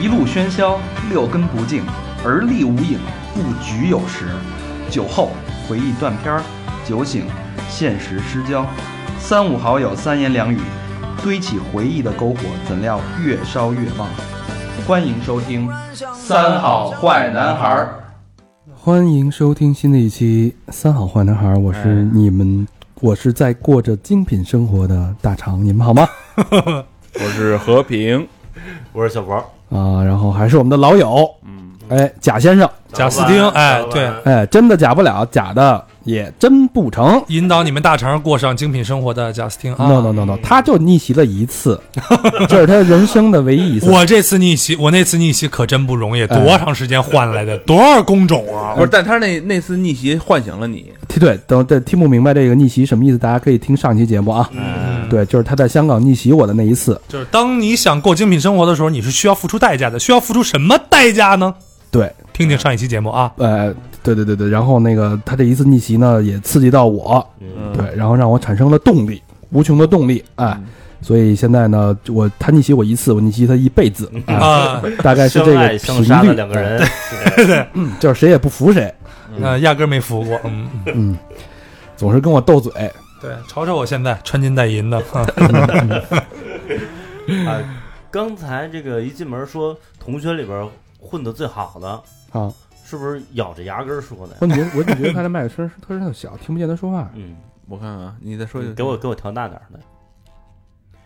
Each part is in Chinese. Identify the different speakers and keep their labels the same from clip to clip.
Speaker 1: 一路喧嚣，六根不净，而立无影，不局有时。酒后回忆断片儿，酒醒现实失焦。三五好友三言两语，堆起回忆的篝火，怎料越烧越旺。欢迎收听《三好坏男孩》。
Speaker 2: 欢迎收听新的一期《三好啊坏男孩》，我是
Speaker 3: 哎
Speaker 2: 你们，我是在过着精品生活的大肠，你们好吗？
Speaker 4: 我是和平，
Speaker 5: 我是小博，
Speaker 2: 啊，然后还是我们的老友，
Speaker 4: 嗯，
Speaker 2: 哎，贾先生，
Speaker 3: 贾斯汀，哎，对，
Speaker 2: 哎，真的假不了，假的也真不成。
Speaker 3: 引导你们大肠过上精品生活的贾斯汀啊
Speaker 2: No no no no，他就逆袭了一 次，这是他人生的唯一一次。
Speaker 3: 我这次逆袭，我那次逆袭可真不容易，多长时间换来的，多少工种啊！
Speaker 2: 嗯
Speaker 4: 不是，但他那那次逆袭唤醒了你，
Speaker 2: 对，等等听不明白这个逆袭什么意思，大家可以听上期节目啊。
Speaker 3: 嗯
Speaker 2: 对，就是他在香港逆袭我的那一次。
Speaker 3: 就是当你想过精品生活的时候，你是需要付出代价的，需要付出什么代价呢？
Speaker 2: 对，
Speaker 3: 听听上一期节目啊，
Speaker 2: 呃，对对对对，然后那个他这一次逆袭呢，也刺激到我，对，然后让我产生了动力，无穷的动力，哎，所以现在呢，我他逆袭我一次，我逆袭他一辈子，啊，
Speaker 3: 啊，
Speaker 2: 大概是这
Speaker 5: 相
Speaker 2: 个
Speaker 5: 爱相
Speaker 2: 频
Speaker 5: 杀的
Speaker 2: 率，
Speaker 5: 两个人，
Speaker 2: 嗯就是谁也不服谁，
Speaker 3: 呃，压根儿没服过，嗯， 嗯
Speaker 2: 嗯，总是跟我斗嘴，
Speaker 3: 对，瞅瞅我现在穿金戴银的，啊
Speaker 5: 啊，刚才这个一进门说同学里边混的最好的，
Speaker 2: 啊，
Speaker 5: 是不是咬着牙根儿说的？
Speaker 2: 我怎么觉得我怎么觉得他的麦克声特特小，听不见他说话，
Speaker 5: 嗯，
Speaker 4: 我看看，你再说一个，
Speaker 5: 给我给我调大点儿的。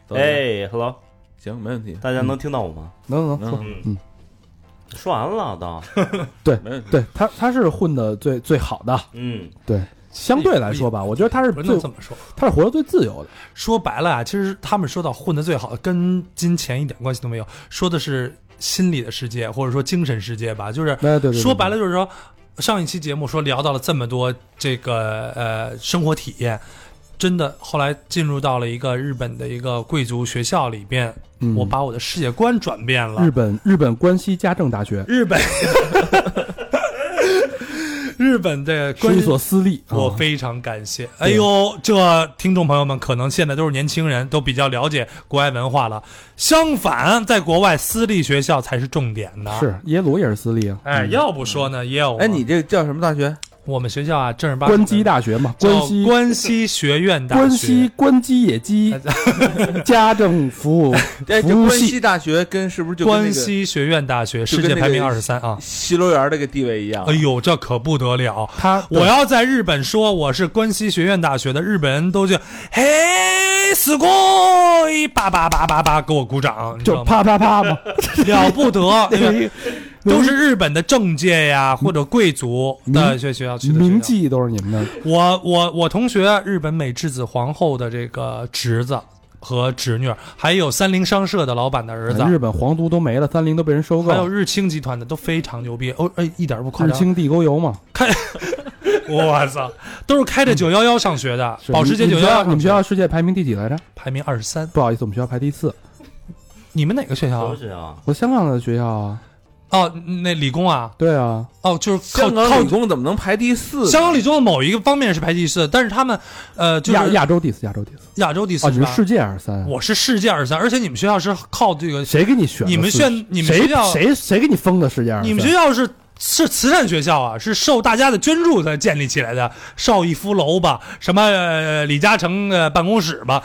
Speaker 4: 走，
Speaker 5: 哎，hello，
Speaker 4: 行，没问题，
Speaker 5: 大家能
Speaker 2: 嗯
Speaker 5: 听到我吗？
Speaker 2: 能能能，
Speaker 4: 嗯，
Speaker 5: 嗯，说完了都，
Speaker 4: 没问题，
Speaker 2: 对他他是混的最最好的，
Speaker 5: 嗯，
Speaker 2: 相对来说吧，我觉得他是
Speaker 3: 不
Speaker 2: 最
Speaker 3: 能这么说。
Speaker 2: 他是活得最自由的，
Speaker 3: 说白了啊，其实他们说到混得最好的，跟金钱一点关系都没有，说的是心理的世界，或者说精神世界吧，就是
Speaker 2: 哎对对对，
Speaker 3: 说白
Speaker 2: 了，
Speaker 3: 了就是说，上一期节目说聊到了这么多这个呃生活体验，真的后来进入到了一个日本的一个贵族学校里边，
Speaker 2: 嗯
Speaker 3: 我把我的世界观转变了。
Speaker 2: 日本日本关西家政大学。
Speaker 3: 日本， 日本的
Speaker 2: 是
Speaker 3: 关
Speaker 2: 一所私立，
Speaker 3: 我
Speaker 2: 啊
Speaker 3: 非常感谢。哎呦，这听众朋友们可能现在都是年轻人，都比较了解国外文化了。相反，在国外私立学校才是重点的。。
Speaker 2: 是耶鲁也是私立啊，
Speaker 3: 哎，
Speaker 2: 嗯
Speaker 3: 要不说呢，也有啊
Speaker 4: 哎，你这叫什么大学？
Speaker 3: 我们学校啊，正儿八经
Speaker 2: 关
Speaker 3: 的
Speaker 2: 机大学嘛，
Speaker 3: 叫
Speaker 2: 关西
Speaker 3: 关西学院大学，哎
Speaker 2: 关西关机野鸡 家政服 务
Speaker 4: 哎，这
Speaker 2: 服务
Speaker 4: 关
Speaker 2: 系
Speaker 4: 西大学跟是不是就跟那
Speaker 3: 关
Speaker 4: 个
Speaker 3: 西学院大学
Speaker 4: 就
Speaker 3: 世
Speaker 4: 跟
Speaker 3: 界
Speaker 4: 那个
Speaker 3: 排名二十三啊！
Speaker 4: 西楼园这个地位一样？啊
Speaker 3: 哎呦，这可不得了！
Speaker 2: 他
Speaker 3: 我要在日本说我是关西学院大学的，日本人都就嘿死过叭叭叭叭叭给我鼓掌，你知
Speaker 2: 就
Speaker 3: 道吗？
Speaker 2: 啪啪啪嘛，
Speaker 3: 了不 得，因为都
Speaker 2: 明
Speaker 3: 是日本的政界呀或者贵族的
Speaker 2: 明
Speaker 3: 学学校去的学校
Speaker 2: 名妓都是你们的，
Speaker 3: 我我我同学日本美智子皇后的这个侄子和侄女，还有三菱商社的老板的儿子，
Speaker 2: 哎啊日本皇族都没了，三菱都被人收购
Speaker 3: 还，有日清集团的都非常牛逼，哦，哎，一点儿不夸
Speaker 2: 日
Speaker 3: 张。
Speaker 2: 清地沟油嘛，
Speaker 3: 我操，都是开着九幺幺上学的，
Speaker 2: 是
Speaker 3: 保时捷啊
Speaker 2: 你
Speaker 3: 九
Speaker 2: 们
Speaker 3: 幺
Speaker 2: 学校
Speaker 3: 幺
Speaker 2: 你们学校世界排名第几来着？
Speaker 3: 排名二十三，
Speaker 2: 不好意思，我们学校排第四，
Speaker 3: 你们哪个学校
Speaker 5: 都
Speaker 3: 啊？
Speaker 5: 是啊，
Speaker 2: 我香港的学校啊，
Speaker 3: 哦，那理工啊，
Speaker 2: 对啊，
Speaker 3: 哦，就是靠
Speaker 4: 香港理
Speaker 3: 靠
Speaker 4: 工怎么能排第四？
Speaker 3: 香港理工的某一个方面是排第四，但是他们呃就
Speaker 2: 亚
Speaker 3: 是
Speaker 2: 亚洲第四，亚洲第四，
Speaker 3: 亚洲第
Speaker 2: 哦，
Speaker 3: 四
Speaker 2: 你
Speaker 3: 是
Speaker 2: 是
Speaker 3: 吧？
Speaker 2: 世界二三，
Speaker 3: 我是世界二十三，而且你们学校是靠这个，
Speaker 2: 谁给你选的四？
Speaker 3: 你们选你们
Speaker 2: 谁
Speaker 3: 学校
Speaker 2: 谁谁给你封的世界二三？
Speaker 3: 你们学校是是慈善学校啊，是受大家的捐助才建立起来的，邵逸夫楼吧，什么、呃李嘉诚呃办公室吧，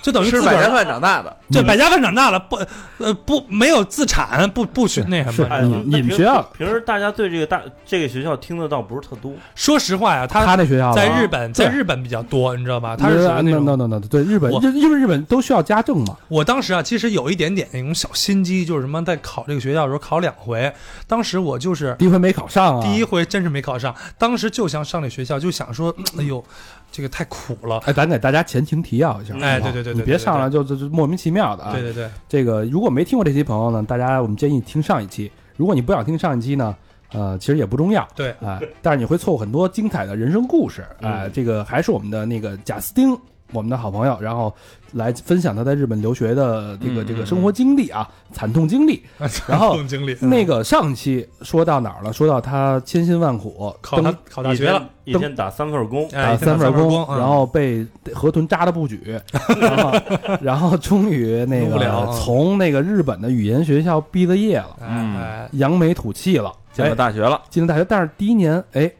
Speaker 3: 就等于
Speaker 4: 嗯吃
Speaker 3: 自个
Speaker 4: 百家
Speaker 3: 儿
Speaker 4: 饭长大的，
Speaker 2: 嗯
Speaker 3: 对百家饭长大了，不呃不没有自产，不不许那什
Speaker 2: 是
Speaker 3: 么。
Speaker 5: 哎，
Speaker 2: 你
Speaker 5: 那
Speaker 2: 你们
Speaker 5: 平
Speaker 2: 学校
Speaker 5: 平时大家对这个大这个学校听得到不是特多，
Speaker 3: 说实话呀，
Speaker 2: 他那学校啊
Speaker 3: 在
Speaker 2: 吧
Speaker 3: 日本在
Speaker 2: 对啊
Speaker 3: 日本比较多，你知道吧？他是属于那
Speaker 2: no
Speaker 3: 种
Speaker 2: no no no，对日本
Speaker 3: 我，
Speaker 2: 因因为日本都需要家政嘛，
Speaker 3: 我当时啊，其实有一点点那种小心机，就是什么在考这个学校的时候考两回，当时我就是
Speaker 2: 第一回没考上啊，
Speaker 3: 第一，回真是没考上，当时就想上这学校，就想说，哎呦，这个太苦了。
Speaker 2: 哎，咱给大家前情提要一下，
Speaker 3: 哎
Speaker 2: 好不好
Speaker 3: 对对对对
Speaker 2: 你
Speaker 3: 对
Speaker 2: 别
Speaker 3: 对
Speaker 2: 上来就就就莫名其妙的啊。
Speaker 3: 对对对，
Speaker 2: 这个如果没听过这期朋友呢，大家我们建议听上一期，如果你不想听上一期呢，呃，其实也不重要，啊
Speaker 3: 对 嗯
Speaker 2: 哎，但是你会错过很多精彩的人生故事，哎，这个还是我们的那个贾斯汀我们的好朋友，然后来分享他在日本留学的这个
Speaker 4: 嗯
Speaker 2: 这
Speaker 4: 嗯
Speaker 2: 个生活经历啊，
Speaker 3: 嗯
Speaker 2: 惨痛经历。 然后
Speaker 3: 总经理
Speaker 2: 那个上期说到哪儿了？说到他千辛万苦
Speaker 3: 考大
Speaker 2: 登啊
Speaker 3: 考大学了，
Speaker 5: 一天，一天打三份工，
Speaker 3: 哎
Speaker 2: 打
Speaker 3: 一天打
Speaker 2: 份
Speaker 3: 份
Speaker 2: 工，
Speaker 3: 工，嗯
Speaker 2: 然后被河豚扎的不 举，然后然后终于那
Speaker 3: 无聊
Speaker 2: 个
Speaker 3: 啊
Speaker 2: 从那个日本的语言学校毕了业了，
Speaker 4: 嗯
Speaker 3: 哎
Speaker 2: 扬眉吐气了，
Speaker 4: 进了
Speaker 2: 哎
Speaker 4: 大学了，
Speaker 2: 进了大学，但是第一年哎，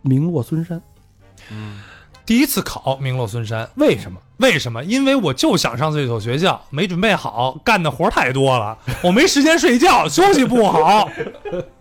Speaker 2: 名落孙山，
Speaker 3: 哎第一次考名落孙山，
Speaker 2: 为什么？
Speaker 3: 为什么？因为我就想上这所学校，没准备好，干的活儿太多了，我没时间睡觉，休息不好，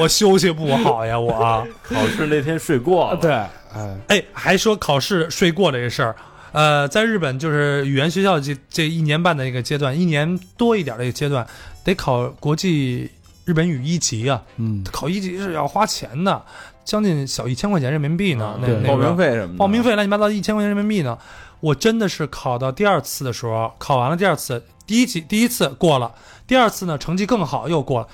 Speaker 3: 我休息不好呀，我。
Speaker 5: 考试那天睡过了，
Speaker 2: 对，哎，
Speaker 3: 哎，还说考试睡过这个事儿，呃，在日本就是语言学校这这一年半的一个阶段，一年多一点的一个阶段，得考国际日本语一级啊，
Speaker 2: 嗯，
Speaker 3: 考一级是要花钱的，将近小一千块钱人民币呢，
Speaker 2: 啊
Speaker 3: 那
Speaker 2: 对
Speaker 3: 那个
Speaker 4: 报名费什么的，
Speaker 3: 哎报
Speaker 2: 啊
Speaker 3: 名费乱七八糟一千块钱人民币呢。我真的是考到第二次的时候，考完了第二次，第一级第一次过了，第二次呢成绩更好又过了。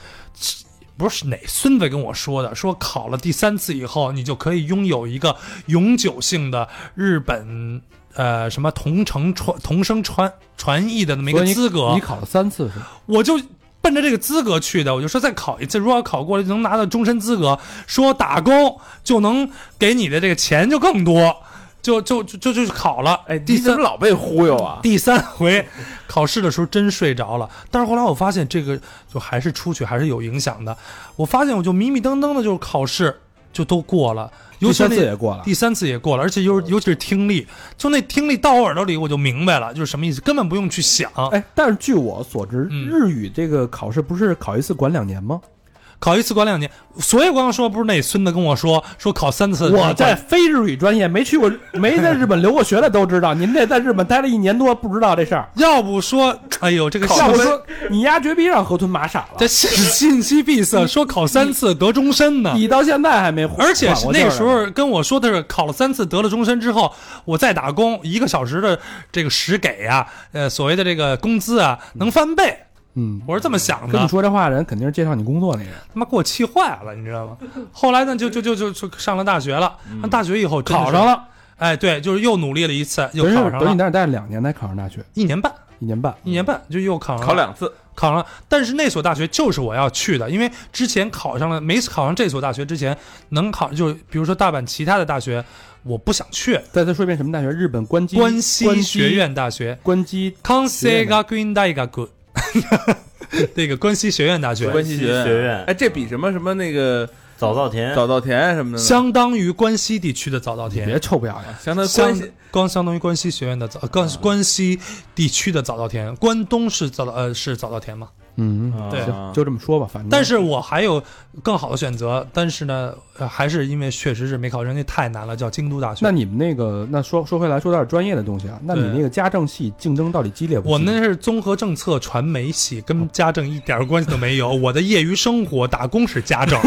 Speaker 3: 不是哪孙子跟我说的，说考了第三次以后，你就可以拥有一个永久性的日本呃什么同城传同声传传译的那么一
Speaker 2: 所
Speaker 3: 个
Speaker 2: 以你
Speaker 3: 资格。
Speaker 2: 你考了三次是吧？
Speaker 3: 我就奔着这个资格去的，我就说再考一次，如果要考过了就能拿到终身资格，说打工就能给你的这个钱就更多，就就就就就去考了。
Speaker 4: 哎，
Speaker 3: 第
Speaker 4: 你怎
Speaker 3: 三
Speaker 4: 么老被忽悠啊？
Speaker 3: 第三回考试的时候真睡着了，但是后来我发现这个就还是出去还是有影响的。我发现我就迷迷瞪瞪的，就是考试就都过了，尤
Speaker 2: 第
Speaker 3: 其是
Speaker 2: 三
Speaker 3: 那
Speaker 2: 次也过了，哦
Speaker 3: 第三次也过了，而且尤尤其是听力，就那听力到我耳朵里我就明白了，就是什么意思，根本不用去想。
Speaker 2: 哎，但是据我所知，
Speaker 3: 哦嗯
Speaker 2: 日语这个考试不是考一次管两年吗？
Speaker 3: 考一次管两年，所以我刚刚说不是那孙子跟我说说考三次，
Speaker 2: 我在非日语专业没去 过，没在日本留过学的都知道，您这在日本待了一年多，不知道这事儿。
Speaker 3: 要不说哎呦这个
Speaker 2: 要
Speaker 3: 信
Speaker 2: 不
Speaker 3: 息
Speaker 2: 说你丫绝逼让河豚麻傻了
Speaker 3: 这，信信息闭塞，说考三次得终身呢。
Speaker 2: 你到现在还没缓过
Speaker 3: 而
Speaker 2: 劲
Speaker 3: 且
Speaker 2: 儿来，
Speaker 3: 是那时候跟我说的是考了三次得了终身之后，我再打工一个小时的这个时给啊，呃，所谓的这个工资啊能翻倍，
Speaker 2: 嗯，
Speaker 3: 我是这么想的。
Speaker 2: 跟你说这话的人肯定是介绍你工作那人，
Speaker 3: 他妈给我气坏了，你知道吗？后来呢，就就就就就上了大学了。上大学以后真的是
Speaker 2: 嗯考上，了，
Speaker 3: 哎，对，就是又努力了一次，又
Speaker 2: 等于
Speaker 3: 考
Speaker 2: 是
Speaker 3: 上
Speaker 2: 等你
Speaker 3: 了，
Speaker 2: 在那待了两年才考上大学，
Speaker 3: 一年半，
Speaker 2: 一年半。
Speaker 3: 一年半就又考上了。
Speaker 4: 考两次，
Speaker 3: 考上，但是那所大学就是我要去的，因为之前考上了，没考上这所大学之前，能考就比如说大阪其他的大学，我不想去。
Speaker 2: 再再说一遍什么大学？日本关机
Speaker 3: 关
Speaker 2: 关
Speaker 3: 西学院大学，
Speaker 2: 关机
Speaker 3: 関西学院大学，那个关西学院大学，
Speaker 4: 关系
Speaker 5: 关系学院
Speaker 4: 哎，这比什么什么那个
Speaker 5: 早稻田
Speaker 4: 早稻田啊什么的呢
Speaker 3: 相当于关西地区的早稻田
Speaker 2: 别，臭不要脸，
Speaker 4: 啊相当于关
Speaker 3: 相
Speaker 4: 系
Speaker 3: 光相当于关西学院的早，呃关关西地区的早稻田，关东是早稻呃是早稻田嘛？
Speaker 2: 嗯，
Speaker 5: 啊
Speaker 3: 对
Speaker 2: 行，就这么说吧，反正
Speaker 3: 但是我还有更好的选择，但是呢，呃还是因为确实是没考上，那太难了，叫京都大学。
Speaker 2: 那你们那个，那说说回来，说点专业的东西啊。那你
Speaker 3: 对
Speaker 2: 那个家政系竞争到底激烈不激烈？
Speaker 3: 我那是综合政策传媒系，跟家政一点儿关系都没有。我的业余生活打工是家政，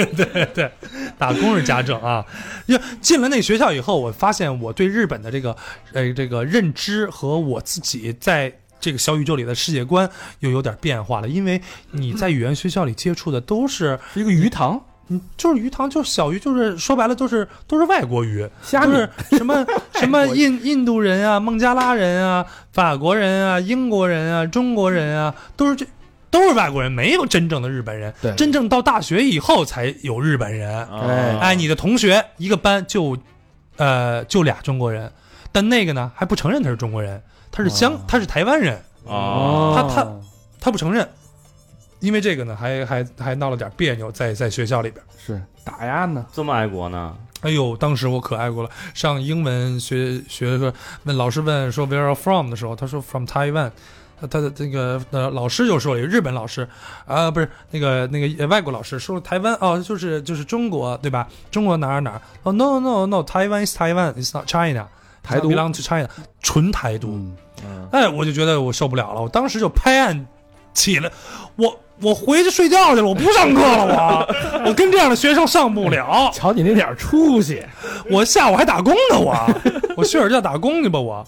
Speaker 3: 对 对，打工是家政啊。因为进了那学校以后，我发现我对日本的这个呃这个认知和我自己在。这个小宇宙里的世界观又有点变化了，因为你在语言学校里接触的都是，
Speaker 2: 是一个鱼塘
Speaker 3: 嗯，就是鱼塘，就是小鱼，就是说白了都是都是外国鱼，
Speaker 2: 虾
Speaker 3: 就
Speaker 2: 米
Speaker 3: 是，什么什么印印度人啊、孟加拉人啊、法国人啊、英国人啊、中国人啊，都是这都是外国人，没有真正的日本人。
Speaker 2: 对
Speaker 3: 真正到大学以后才有日本人。
Speaker 4: 啊
Speaker 2: 哎
Speaker 3: 哎，你的同学一个班就，呃，就俩中国人，但那个呢还不承认他是中国人，他是香，他是台湾人，
Speaker 4: 啊，
Speaker 2: 哦
Speaker 3: 他他不承认。因为这个呢，还还还闹了点别扭在，在学校里边。
Speaker 2: 是打压呢，
Speaker 5: 这么爱国呢？
Speaker 3: 哎呦，当时我可爱过了。上英文学学个问老师问说 Where are from 的时候，他说 From Taiwan。他他的这个呃老师就说了，日本老师啊、不是那个那个呃外国老师说台湾哦，就是就是中国对吧？中国哪儿哪儿哦、no no no Taiwan is Taiwan is not China，
Speaker 2: 台独
Speaker 3: b e l o n g to China，纯台独。
Speaker 2: 嗯，
Speaker 4: 嗯
Speaker 3: 哎，我就觉得我受不了了，我当时就拍案起来，我我回去睡觉去了，我不上课了， 我我跟这样的学生上不了。
Speaker 2: 瞧你那点儿出息，
Speaker 3: 我下午还打工呢，我 我睡会儿觉打工去吧我。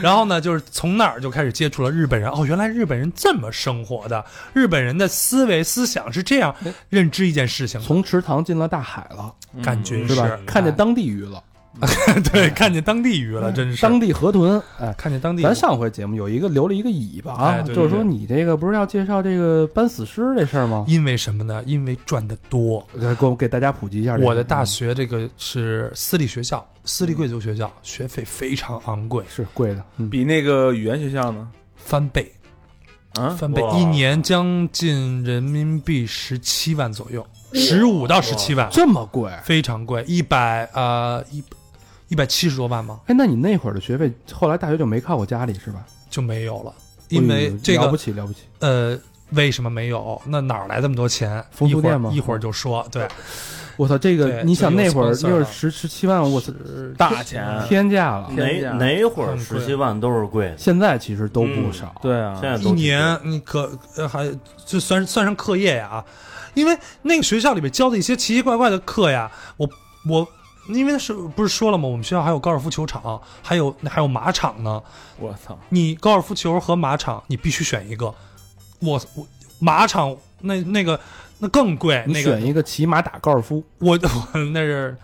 Speaker 3: 然后呢，就是从那儿就开始接触了日本人。哦，原来日本人这么生活的，日本人的思维思想是这
Speaker 2: 哎
Speaker 3: 样认知一件事情的，
Speaker 2: 从池塘进了大海了，
Speaker 3: 感觉哎
Speaker 2: 是吧？看见当地鱼了，嗯
Speaker 3: 对，看见当地鱼了，真是
Speaker 2: 当地河豚，哎。
Speaker 3: 看见当地鱼。
Speaker 2: 咱上回节目有一个留了一个尾巴啊，
Speaker 3: 哎对对
Speaker 2: 就是说
Speaker 3: 对
Speaker 2: 你这个不是要介绍这个搬死尸这事儿吗？
Speaker 3: 因为什么呢？因为赚的多。
Speaker 2: 来给我给大家普及一下这个，
Speaker 3: 我的大学这个是私立学校，私立贵族学校，学费非常昂贵，
Speaker 2: 是贵的，嗯，
Speaker 4: 比那个语言学校呢？
Speaker 3: 翻倍，
Speaker 4: 啊，
Speaker 3: 翻倍，
Speaker 5: 哇
Speaker 3: 一年将近人民币十七万左右，十五到十七万，
Speaker 2: 这么贵？
Speaker 3: 非常贵，一百呃一一百七十多万吗？
Speaker 2: 哎，那你那会儿的学费，后来大学就没靠过家里是吧？
Speaker 3: 就没有了，因
Speaker 2: 哎
Speaker 3: 为
Speaker 2: 呦
Speaker 3: 这
Speaker 2: 了不
Speaker 3: 个
Speaker 2: 起了不起，
Speaker 3: 呃。为什么没有？那哪儿来这么多钱？
Speaker 2: 风
Speaker 3: 一
Speaker 2: 俗
Speaker 3: 会
Speaker 2: 店
Speaker 3: 儿
Speaker 2: 吗
Speaker 3: 一会儿就说，对，
Speaker 2: 我操，这个
Speaker 3: 对
Speaker 2: 你想
Speaker 3: 这
Speaker 2: 那
Speaker 3: 有
Speaker 2: 会儿
Speaker 3: sponsor
Speaker 2: 那会儿
Speaker 3: 了嗯
Speaker 2: 十十七万，我操，
Speaker 4: 大 钱，
Speaker 2: 天价了。
Speaker 4: 天
Speaker 5: 哪
Speaker 4: 价
Speaker 5: 哪会儿
Speaker 3: 很贵
Speaker 5: 十七万都是贵的，
Speaker 2: 现在其实都不少，
Speaker 3: 嗯
Speaker 4: 对啊
Speaker 5: 现，在
Speaker 3: 一
Speaker 5: 都挺贵
Speaker 3: 年你可呃还就算算上课业呀、啊，因为那个学校里面教的一些奇奇怪怪的课呀，我我因为是不是说了吗？我们学校还有高尔夫球场，还有还有马场呢。
Speaker 4: 我操，
Speaker 3: 你高尔夫球和马场，你必须选一个。我我马场那那个那更贵，
Speaker 2: 你
Speaker 3: 那个
Speaker 2: 选一个骑马打高尔夫，
Speaker 3: 我我那是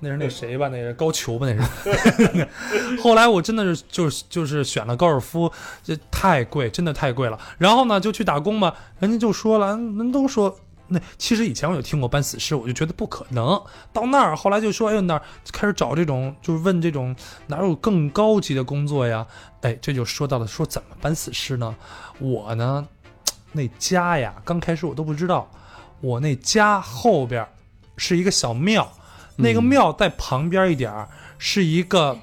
Speaker 3: 那是那谁吧？那是高俅吧？那是。 后来我真的是就是就是选了高尔夫，这太贵，真的太贵了。然后呢，就去打工嘛，人家就说了，嗯人都说。那其实以前我有听过搬死尸，我就觉得不可能。到那儿后来就说，哎呦那儿开始找这种，就是问这种哪有更高级的工作呀？哎，这就说到了，说怎么搬死尸呢？我呢，那家呀，刚开始我都不知道，我那家后边儿是一个小庙，那个庙在旁边一点儿是一个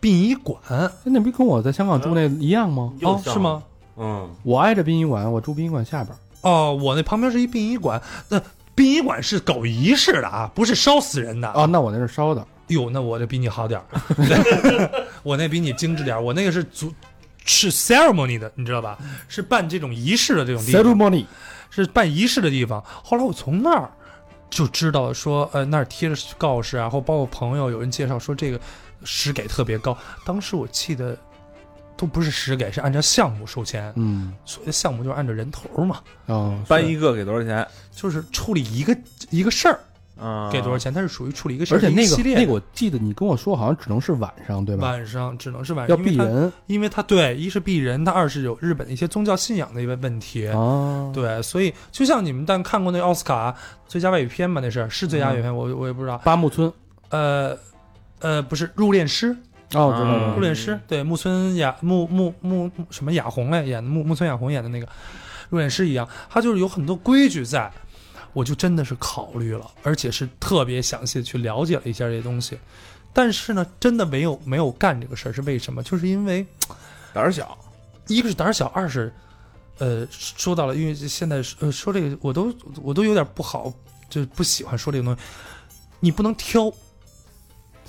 Speaker 3: 殡仪馆
Speaker 2: 哎那不跟我在香
Speaker 3: 嗯
Speaker 2: 港住那一样吗？
Speaker 5: 又
Speaker 3: 哦，
Speaker 5: 像
Speaker 3: 是吗？
Speaker 5: 嗯，
Speaker 2: 我挨着殡仪馆，我住殡仪馆下边，
Speaker 3: 哦，我那旁边是一殡仪馆，那殡仪馆是搞仪式的啊，不是烧死人的
Speaker 2: 哦，。那我那是烧的，
Speaker 3: 哟，那我这比你好点儿， 我那比你精致点儿，我那个是足是 ceremony 的，你知道吧？是办这种仪式的这种地方。
Speaker 2: ceremony，
Speaker 3: 是办仪式的地方。后来我从那儿就知道说，呃，那儿贴着告示啊，或包括朋友有人介绍说这个石给特别高。当时我气的都不是石给，是按照项目收钱，
Speaker 2: 嗯，
Speaker 3: 所谓的项目就是按照人头嘛，
Speaker 2: 哦，是
Speaker 4: 搬一个给多少钱？
Speaker 3: 就是处理一个一个事儿
Speaker 4: 啊，
Speaker 3: 给多少钱，它是属于处理一个事儿，
Speaker 2: 而且那
Speaker 3: 一系
Speaker 2: 个
Speaker 3: 列的
Speaker 2: 那个我记得你跟我说好像只能是晚上对吧？
Speaker 3: 晚上只能是晚上
Speaker 2: 要避，人
Speaker 3: 因为它因为它对，一是避人，它二是有日本的一些宗教信仰的一个问题。
Speaker 2: 啊，
Speaker 3: 对，所以就像你们但看过那奥斯卡最佳外语片吗？那是是最佳外语
Speaker 2: 嗯
Speaker 3: 片，我我也不知道。
Speaker 2: 八木村哦，
Speaker 3: 呃，呃，不是入殓师，啊
Speaker 2: 我知道
Speaker 4: 嗯
Speaker 2: 了
Speaker 3: 入殓师，对，木村雅木木木木什么雅红来演的，木木村雅红演的那个入殓师一样，他就是有很多规矩在，我就真的是考虑了，而且是特别详细的去了解了一下这些东西，但是呢，真的没有没有干这个事儿是为什么？就是因为
Speaker 4: 胆儿小，
Speaker 3: 一个是胆儿小，二是，呃，说到了，因为现在是呃说这个我都我都有点不好，就不喜欢说这个东西，你不能挑。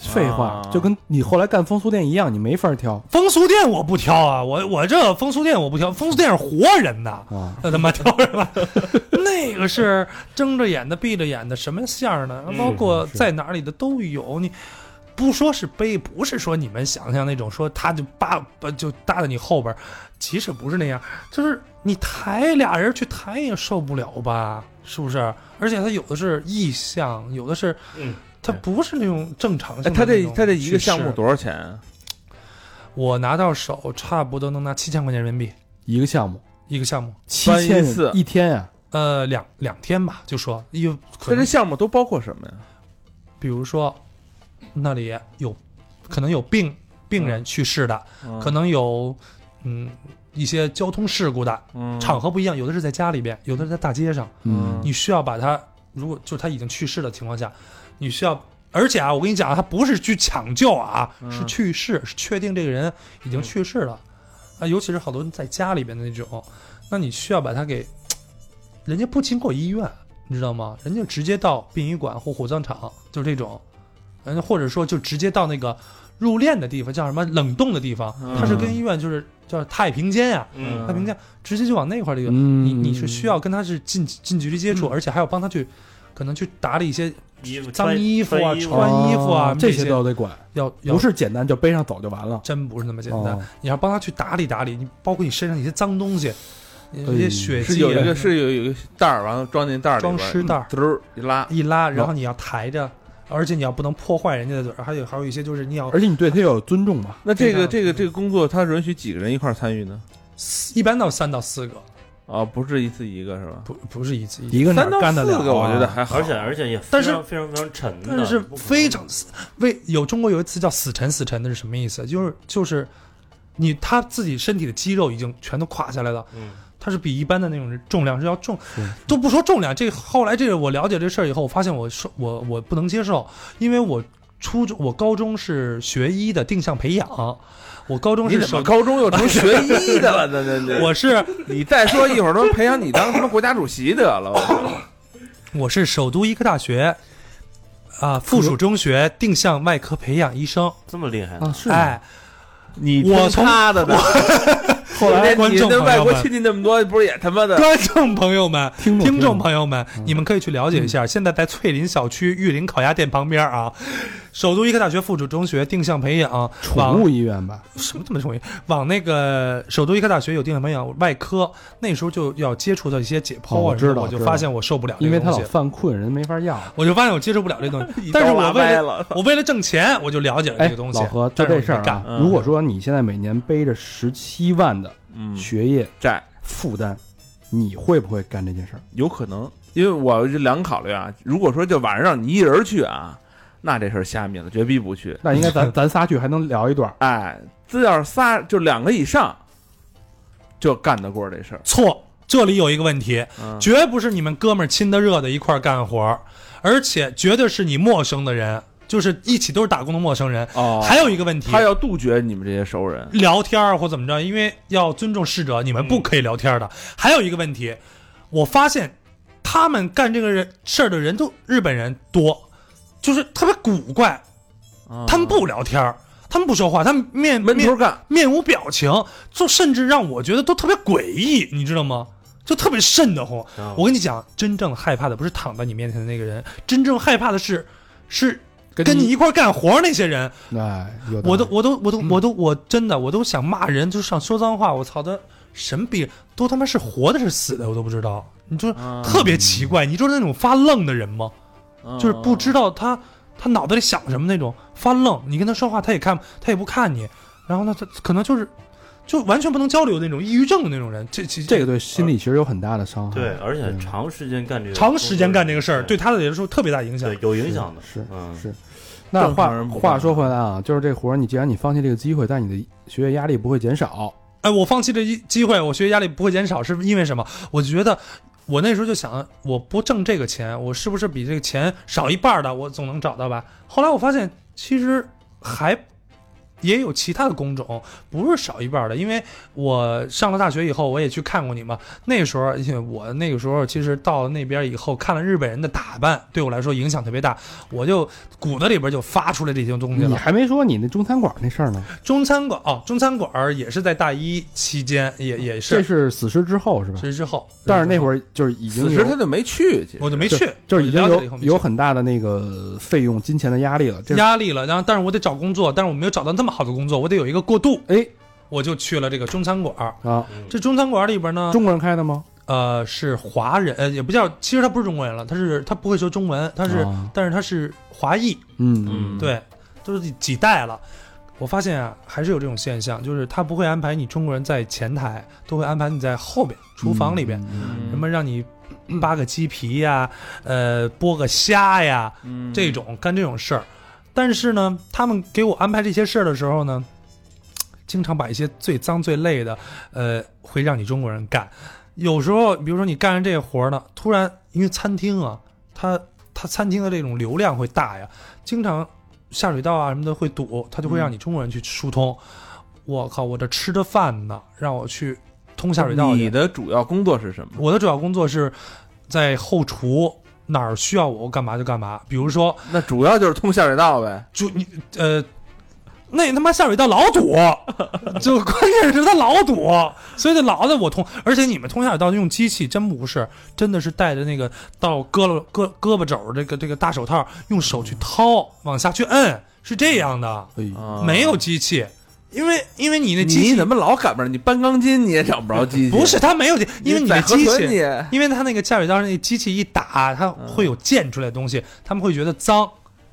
Speaker 2: 废话，
Speaker 3: 啊
Speaker 2: 就跟你后来干风俗店一样，你没法挑
Speaker 3: 风俗店我不挑啊，我我这风俗店我不挑，风俗店是活人呐，
Speaker 2: 啊，
Speaker 3: 那他妈挑什 么？那个是睁着眼的、闭着眼的，什么馅儿
Speaker 4: 嗯
Speaker 3: 呢？包括在哪里的都有。你不说是背，不是说你们想象那种说他就扒呃就搭在你后边儿，其实不是那样，就是你抬俩人去抬也受不了吧？是不是？而且他有的是意向，有的是
Speaker 5: 嗯。
Speaker 3: 他不是那种正常性的
Speaker 4: 哎，他
Speaker 3: 那
Speaker 4: 这
Speaker 3: 种
Speaker 4: 他这一个项
Speaker 3: 趋
Speaker 4: 目
Speaker 3: 势
Speaker 4: 多少钱？
Speaker 3: 我拿到手差不多能拿七千块钱人民币
Speaker 2: 一个项目
Speaker 3: 一个项目，
Speaker 2: 七
Speaker 4: 搬一
Speaker 2: 千
Speaker 4: 次
Speaker 2: 一天啊呀，
Speaker 3: 呃，两两天吧，就说有可
Speaker 4: 他这
Speaker 3: 能，
Speaker 4: 项目都包括什么呀？
Speaker 3: 比如说那里有可能有病病人去世的，可能有嗯一些交通事故的，
Speaker 4: 能
Speaker 3: 场合不一样，有的是在家里边，有的是在大街上，
Speaker 2: 嗯，
Speaker 3: 你需要把他如果就是他已经去世的情况下，你需要。而且啊，我跟你讲啊，他不是去抢救啊，
Speaker 4: 嗯
Speaker 3: 是去世，是确定这个人已经去世了，啊，尤其是好多人在家里边的那种，那你需要把他给，人家不经过医院，你知道吗？人家直接到殡仪馆或火葬场，就是这种，人家或者说就直接到那个入殓的地方，叫什么冷冻的地方，
Speaker 4: 嗯
Speaker 3: 它是跟医院就是叫太平间呀、
Speaker 5: 嗯
Speaker 3: 太平间直接就往那块儿这个
Speaker 2: 嗯
Speaker 3: 你你是需要跟他是近近距离接触，而且还要帮他去，可能去打理一些
Speaker 5: 衣服
Speaker 3: 脏
Speaker 5: 穿
Speaker 3: 衣服啊
Speaker 5: 穿衣
Speaker 3: 穿衣服啊
Speaker 2: 哦
Speaker 3: 这
Speaker 2: 这
Speaker 3: 些
Speaker 2: 些都得管，
Speaker 3: 要要
Speaker 2: 不是简单就背上走就完了。
Speaker 3: 真不是那么简单
Speaker 2: 哦，
Speaker 3: 你要帮他去打理打理，你包括你身上一些脏东西，
Speaker 2: 哎
Speaker 3: 一些血
Speaker 4: 嗯是
Speaker 3: 迹
Speaker 4: 有一个
Speaker 3: 啊，
Speaker 4: 是有有一个袋儿，完了装进袋儿里边
Speaker 3: 装
Speaker 4: 儿，
Speaker 3: 尸袋儿
Speaker 2: 嗯
Speaker 4: 嘚儿一拉，
Speaker 3: 一拉，然后你要抬着。而且你要不能破坏人家的嘴儿，还有还有一些就是你要
Speaker 2: 而且你对他要有尊重嘛。
Speaker 4: 那这个
Speaker 3: 非
Speaker 4: 这个这个工作，它允许几个人一块儿参与呢？
Speaker 3: 四一般到三到四个，
Speaker 4: 啊，不是一次一个是吧？
Speaker 3: 不不是一次一
Speaker 2: 一个哪
Speaker 4: 三
Speaker 2: 儿
Speaker 4: 到
Speaker 2: 干得了
Speaker 4: 四
Speaker 2: 啊？
Speaker 4: 个，我觉得还好。
Speaker 5: 而且而且也非
Speaker 3: 但是
Speaker 5: 常非常非常沉的，
Speaker 3: 但是
Speaker 5: 不可能
Speaker 3: 非常死为有中国有一词叫“死沉死沉”的是什么意思？就是就是你他自己身体的肌肉已经全都垮下来了，
Speaker 5: 嗯
Speaker 3: 它是比一般的那种重量是要重
Speaker 2: 对，
Speaker 3: 都不说重量。这后来这个我了解这事儿以后，我发现我受我我不能接受，因为我初中我高中是学医的定向培养，我高中
Speaker 4: 你
Speaker 3: 是
Speaker 4: 怎么
Speaker 3: 手。
Speaker 4: 高中 又成学医的了？那那那，
Speaker 3: 我是
Speaker 4: 你再说一会儿都培养你当什么国家主席得了？我
Speaker 3: 我是首都医科大学啊附属中学定向外科培养医生，
Speaker 5: 这么厉害呢
Speaker 2: 啊，是吗
Speaker 3: 哎，
Speaker 4: 你
Speaker 3: 我从
Speaker 4: 他的呢？
Speaker 3: 后来观
Speaker 4: 你
Speaker 3: 众朋
Speaker 4: 跟
Speaker 3: 友
Speaker 4: 外国
Speaker 3: 们
Speaker 4: 亲戚那么多，不是也他妈的。
Speaker 3: 观众朋友们、
Speaker 2: 听众嗯
Speaker 3: 听众朋友们，你们可以去了解一下，现在在翠林小区玉林烤鸭店旁边啊，首都医科大学附属中学定向培养往
Speaker 2: 宠物医院吧？
Speaker 3: 什么这么宠物？往那个首都医科大学有定向培养外科，那时候就要接触到一些解
Speaker 2: 哦
Speaker 3: 剖啊
Speaker 2: 我知
Speaker 3: 什么的，
Speaker 2: 道
Speaker 3: 我就
Speaker 2: 知道
Speaker 3: 发现我受不了这
Speaker 2: 因
Speaker 3: 个
Speaker 2: 为他
Speaker 3: 东
Speaker 2: 老
Speaker 3: 西，
Speaker 2: 犯困，人没法要。
Speaker 3: 我就发现我接受不了这东西 但是
Speaker 4: 一刀
Speaker 3: 我
Speaker 4: 拉
Speaker 3: 为
Speaker 4: 歪
Speaker 3: 了
Speaker 4: 了，
Speaker 3: 我为了挣钱，我就了解了
Speaker 2: 哎
Speaker 3: 这个东，西。
Speaker 2: 老何，就
Speaker 3: 但是
Speaker 2: 这
Speaker 3: 我
Speaker 2: 事儿
Speaker 3: 没干
Speaker 2: 啊，
Speaker 4: 嗯
Speaker 2: 如果说你现在每年背着十七万的
Speaker 4: 嗯
Speaker 2: 学业
Speaker 4: 债？
Speaker 2: 负担，你会不会干这件事儿？
Speaker 4: 有可能，因为我这两个考虑啊。如果说就晚上让你一人去啊，那这事儿瞎抿了，绝逼不去。
Speaker 2: 那应该 咱咱仨去还能聊一段儿。
Speaker 4: 哎，这要是仨就两个以上，就干得过这事儿。
Speaker 3: 错，这里有一个问题，
Speaker 4: 嗯
Speaker 3: 绝不是你们哥们儿亲的热的一块儿干活儿，而且绝对是你陌生的人，就是一起都是打工的陌生人。
Speaker 4: 哦，
Speaker 3: 还有一个问题
Speaker 4: 他，要杜绝你们这些熟人。
Speaker 3: 聊天儿或怎么着，因为要尊重逝者，你们不可以聊天儿的。还有一个问题，我发现他们干这个人事儿的人都日本人多，就是特别古怪，
Speaker 4: 啊
Speaker 3: 他们不聊天儿，他们不说话，他们面
Speaker 4: 闷
Speaker 3: 面
Speaker 4: 头干，
Speaker 3: 面无表情，就甚至让我觉得都特别诡异，你知道吗？就特别瘆得慌。
Speaker 5: 啊
Speaker 3: 我跟你讲，真正害怕的不是躺在你面前的那个人，真正害怕的是，是跟你一块儿干活儿那些人。
Speaker 2: 哎，有道理
Speaker 3: 我都，我都，我都，我都，我真的，我都想骂人，就想说脏话。我操他，什么逼，都他妈是活的，是死的，我都不知道。你就
Speaker 4: 啊
Speaker 3: 特别奇怪，你就是那种发愣的人吗？就是不知
Speaker 4: 道
Speaker 3: 道他他脑袋里想什么那种发愣，你跟他说话他也看他也不看你，然后呢他可能就是就完全不能交流那种抑郁症的那种人，这这
Speaker 2: 这个对心理其实有很大的伤害。
Speaker 5: 对，而且
Speaker 2: 嗯
Speaker 5: 长时间干这个，
Speaker 3: 长时间干这个事儿
Speaker 5: 对
Speaker 3: 对他的来说特别大影响
Speaker 5: 对。有影响的，
Speaker 2: 是
Speaker 5: 嗯
Speaker 2: 是。那
Speaker 4: 正常
Speaker 2: 话
Speaker 4: 人不干
Speaker 2: 话说回来啊，就是这活儿，你既然你放弃这个机会，但你的学业压力不会减少。
Speaker 3: 哎，我放弃这一机会，我学业压力不会减少，是因为什么？我觉得我那时候就想，我不挣这个钱，我是不是比这个钱少一半儿的，我总能找到吧？后来我发现，其实还也有其他的工种，不是少一半儿的。因为我上了大学以后，我也去看过你嘛。那时候，因为我那个时候其实到了那边以后，看了日本人的打扮，对我来说影响特别大，我就骨子里边就发出来这些东
Speaker 2: 你
Speaker 3: 西了。
Speaker 2: 还没说你那中餐馆那事儿呢，
Speaker 3: 中餐馆哦，中餐馆儿也是在大一期间，也也是
Speaker 2: 这是死尸之后是吧？
Speaker 3: 是之后，
Speaker 2: 但是那
Speaker 3: 儿
Speaker 2: 会儿就是已经
Speaker 4: 此时
Speaker 2: 有
Speaker 4: 他就没去，其实
Speaker 3: 我就没去，
Speaker 2: 就是已经
Speaker 3: 我了解了以
Speaker 2: 有
Speaker 3: 后没去
Speaker 2: 有很大的那个费用、金钱的压力了。这
Speaker 3: 压力了，然后但是我得找工作，但是我没有找到那么好的工作，我得有一个过渡，
Speaker 2: 哎
Speaker 3: 我就去了这个中餐馆儿。
Speaker 2: 啊，
Speaker 5: 嗯
Speaker 3: 这中餐馆儿里边呢，
Speaker 2: 中国人开的吗？
Speaker 3: 呃，是华人，呃，也不叫，其实他不是中国人了，他是他不会说中文，他是，
Speaker 2: 啊
Speaker 3: 但是他是华裔，
Speaker 2: 嗯
Speaker 4: 嗯
Speaker 3: 对，都是几代了。我发现啊，还是有这种现象，就是他不会安排你中国人在前台，都会安排你在后边厨房里边，
Speaker 2: 嗯
Speaker 3: 什么让你扒个鸡皮呀，呃，剥个虾呀，
Speaker 4: 嗯
Speaker 3: 这种干这种事儿。但是呢，他们给我安排这些事儿的时候呢，经常把一些最脏最累的，呃，会让你中国人干。有时候，比如说你干着这活儿呢，突然因为餐厅啊，它它餐厅的这种流量会大呀，经常下水道啊什么的会堵，它就会让你中国人去疏通。我靠，我这吃着饭呢，让我去通下水道去
Speaker 4: 你的主要工作是什么？
Speaker 3: 我的主要工作是在后厨哪儿需要我，我干嘛就干嘛。比如说，
Speaker 4: 那主要就是通下水道呗。
Speaker 3: 就你呃，那他妈下水道老堵，就关键是它老堵，所以得老得我通。而且你们通下水道用机器真不是，真的是带着那个到胳膊胳胳膊肘儿这个这个大手套，用手去掏，往下去摁，是这样的，
Speaker 2: 哎
Speaker 4: 啊
Speaker 3: 没有机器，因为因为你那机
Speaker 4: 你
Speaker 3: 器
Speaker 4: 怎么老赶不上？你搬钢筋你也找不着机器，
Speaker 3: 不是它没有机，因为你
Speaker 4: 在
Speaker 3: 的
Speaker 4: 河
Speaker 3: 机
Speaker 4: 豚啊嗯
Speaker 3: 器。
Speaker 4: 你
Speaker 3: 因为它那个下水道那机器一打，它会有溅出来的东西，他们会觉得脏，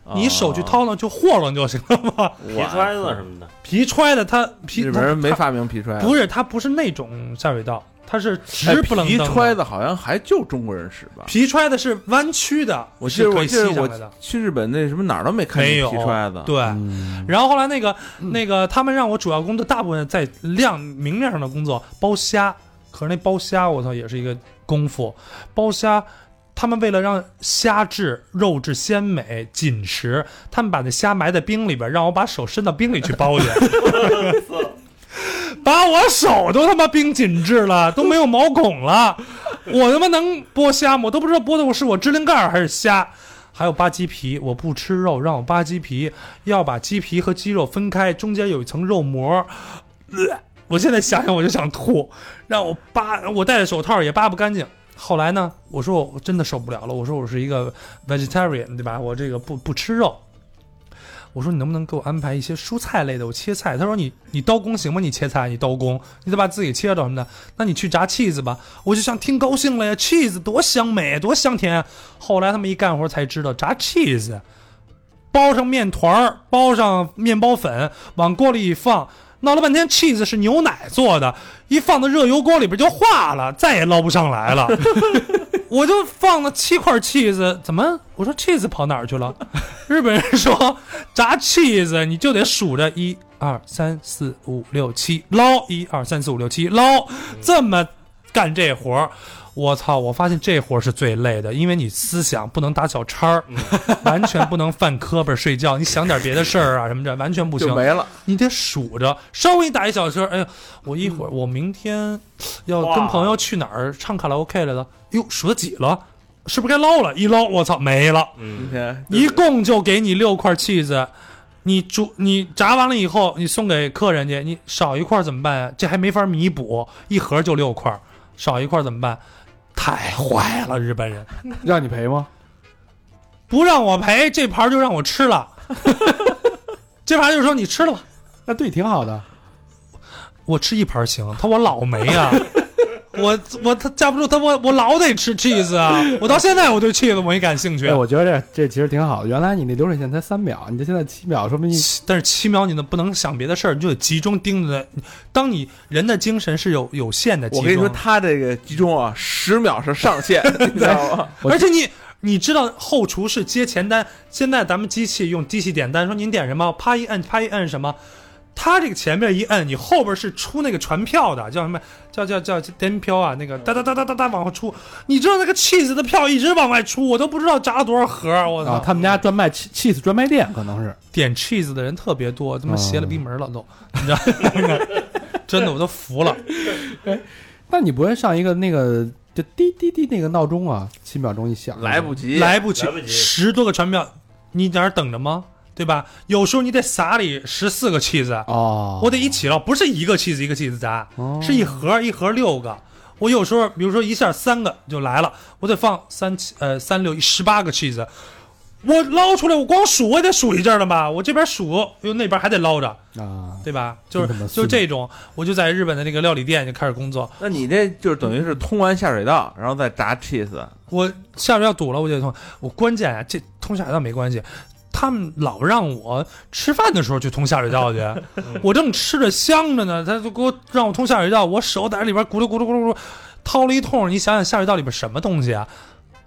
Speaker 4: 哦
Speaker 3: 你手去掏呢就豁楞就行了嘛。
Speaker 5: 皮
Speaker 4: 哇
Speaker 5: 揣子什么的，
Speaker 3: 皮揣的它皮
Speaker 4: 日本人没发明皮揣
Speaker 3: 它
Speaker 4: 子，
Speaker 3: 不是它不是那种下水道，它是
Speaker 4: 哎
Speaker 3: 直不楞
Speaker 4: 皮
Speaker 3: 登的
Speaker 4: 揣子好像还就中国人使吧？
Speaker 3: 皮揣的是弯曲的，
Speaker 4: 我记
Speaker 3: 是
Speaker 4: 得
Speaker 3: 可
Speaker 4: 我
Speaker 3: 以
Speaker 4: 记
Speaker 3: 吸
Speaker 4: 得
Speaker 3: 上来
Speaker 4: 我
Speaker 3: 的。
Speaker 4: 去日本那什么哪儿都没看
Speaker 3: 没
Speaker 4: 见
Speaker 3: 有
Speaker 4: 皮揣子，
Speaker 3: 对，
Speaker 2: 嗯
Speaker 3: 然后后来那个那个，他们让我主要工作大部分在亮明面上的工作包虾，可是那包虾我操也是一个功夫，包虾。他们为了让虾质、肉质鲜美、紧实，他们把那虾埋在冰里边，让我把手伸到冰里去包去，把我手都他妈冰紧致了，都没有毛孔了。我他妈能剥虾吗？我都不知道剥的我是我支棱盖儿还是虾。还有扒鸡皮，我不吃肉，让我扒鸡皮，要把鸡皮和鸡肉分开，中间有一层肉膜。呃我现在想想我就想吐，让我扒，我戴着手套也扒不干净。后来呢，我说我真的受不了了，我说我是一个 vegetarian，对吧？我这个不不吃肉。我说你能不能给我安排一些蔬菜类的？我切菜。他说你你刀工行吗？你切菜，你刀工，你得把自己切着什么的。那你去炸 cheese 吧。我就想听高兴了呀，cheese 多香美，多香甜。后来他们一干活才知道，炸 cheese，包上面团儿，包上面包粉，往锅里一放，闹了半天 cheese 是牛奶做的，一放到热油锅里边就化了，再也捞不上来了。 我就放了七块 cheese，怎么？我说 cheese 跑哪儿去了？日本人说炸 cheese 你就得数着一二三四五六七捞，一二三四五六七捞，这么干这活儿。我操！我发现这活儿是最累的，因为你思想不能打小差儿， 完全不能犯磕巴睡觉，你想点别的事儿啊什么的，完全不行
Speaker 4: 就。没了。
Speaker 3: 你得数着，稍微打一小圈儿，哎呦，我一会儿我明天要跟朋友去哪儿唱卡拉 OK 来了，哟，数到几了？是不是该捞了？一捞，我操，没了！
Speaker 4: 今
Speaker 5: 嗯，
Speaker 4: 天
Speaker 3: 一共就给你六块 cheese，你煮你炸完了以后，你送给客人去，你少一块怎么办呀？这还没法弥补，一盒就六块，少一块怎么办？太坏了，日本人
Speaker 2: 让你赔吗？
Speaker 3: 不让我赔，这盘儿就让我吃了， 这盘儿就说你吃了吧。
Speaker 2: 那对，挺好的。
Speaker 3: 我吃一盘行，他我老没啊， 我我他架不住他我我老得吃 cheese 啊，我到现在我对啊 cheese 我也感兴趣
Speaker 2: 哎，，我觉得这这其实挺好的。原来你那流水线才三秒，你这现在七秒，说明你
Speaker 3: 七但是七秒你呢不能想别的事儿，你就得集中盯着它。当你人的精神是有有限的集
Speaker 4: 我
Speaker 3: 中，
Speaker 4: 跟你说，他这个集中啊，十秒是上 限，你知道吗？
Speaker 2: 我
Speaker 3: 而且你你知道后厨是接前单，现在咱们机器用机器点单，说您点什么，啪一摁，啪一摁什么。它这个前面一摁，你后边是出那个传票的，叫什么？叫叫叫电票啊，那个哒哒哒哒哒哒往后出。你知道那个 cheese 的票一直往外出，我都不知道炸了多少盒儿，我操！
Speaker 2: 啊，他们家专卖 cheese 专卖店可能是
Speaker 3: 点 cheese 的人特别多，他妈
Speaker 2: 哦
Speaker 3: 邪了逼门了都，你知道？ 真的我都服 了。
Speaker 2: 那你不会上一个那个就滴滴滴那个闹钟啊，七秒钟一响，
Speaker 4: 来不及，
Speaker 3: 来不及
Speaker 5: 来不，及
Speaker 3: 十多个传票，你在那儿等着吗？对吧？有时候你得撒里十四个 cheese，啊
Speaker 2: 哦，
Speaker 3: 我得一起了，不是一个 cheese 一个 cheese 砸，
Speaker 2: 哦
Speaker 3: 是一盒一盒六个。我有时候，比如说一下三个就来了，我得放三七呃三六十八个 cheese，我捞出来，我光数我也得数一阵儿的吧，我这边数，又那边还得捞着，
Speaker 2: 啊，
Speaker 3: 对吧？就
Speaker 2: 真他
Speaker 3: 是
Speaker 2: 妈
Speaker 3: 就
Speaker 2: 四
Speaker 3: 这种，我就在日本的那个料理店就开始工作，
Speaker 4: 那你这就是等于是通完下水道，然后再炸 cheese，
Speaker 3: 我下水道堵了，我就通。我关键啊，这通下水道没关系，他们老让我吃饭的时候去通下水道去，我正吃着香着呢，他就给我让我通下水道，我手在里边咕噜咕噜咕噜咕噜掏了一通。你想想下水道里边什么东西啊？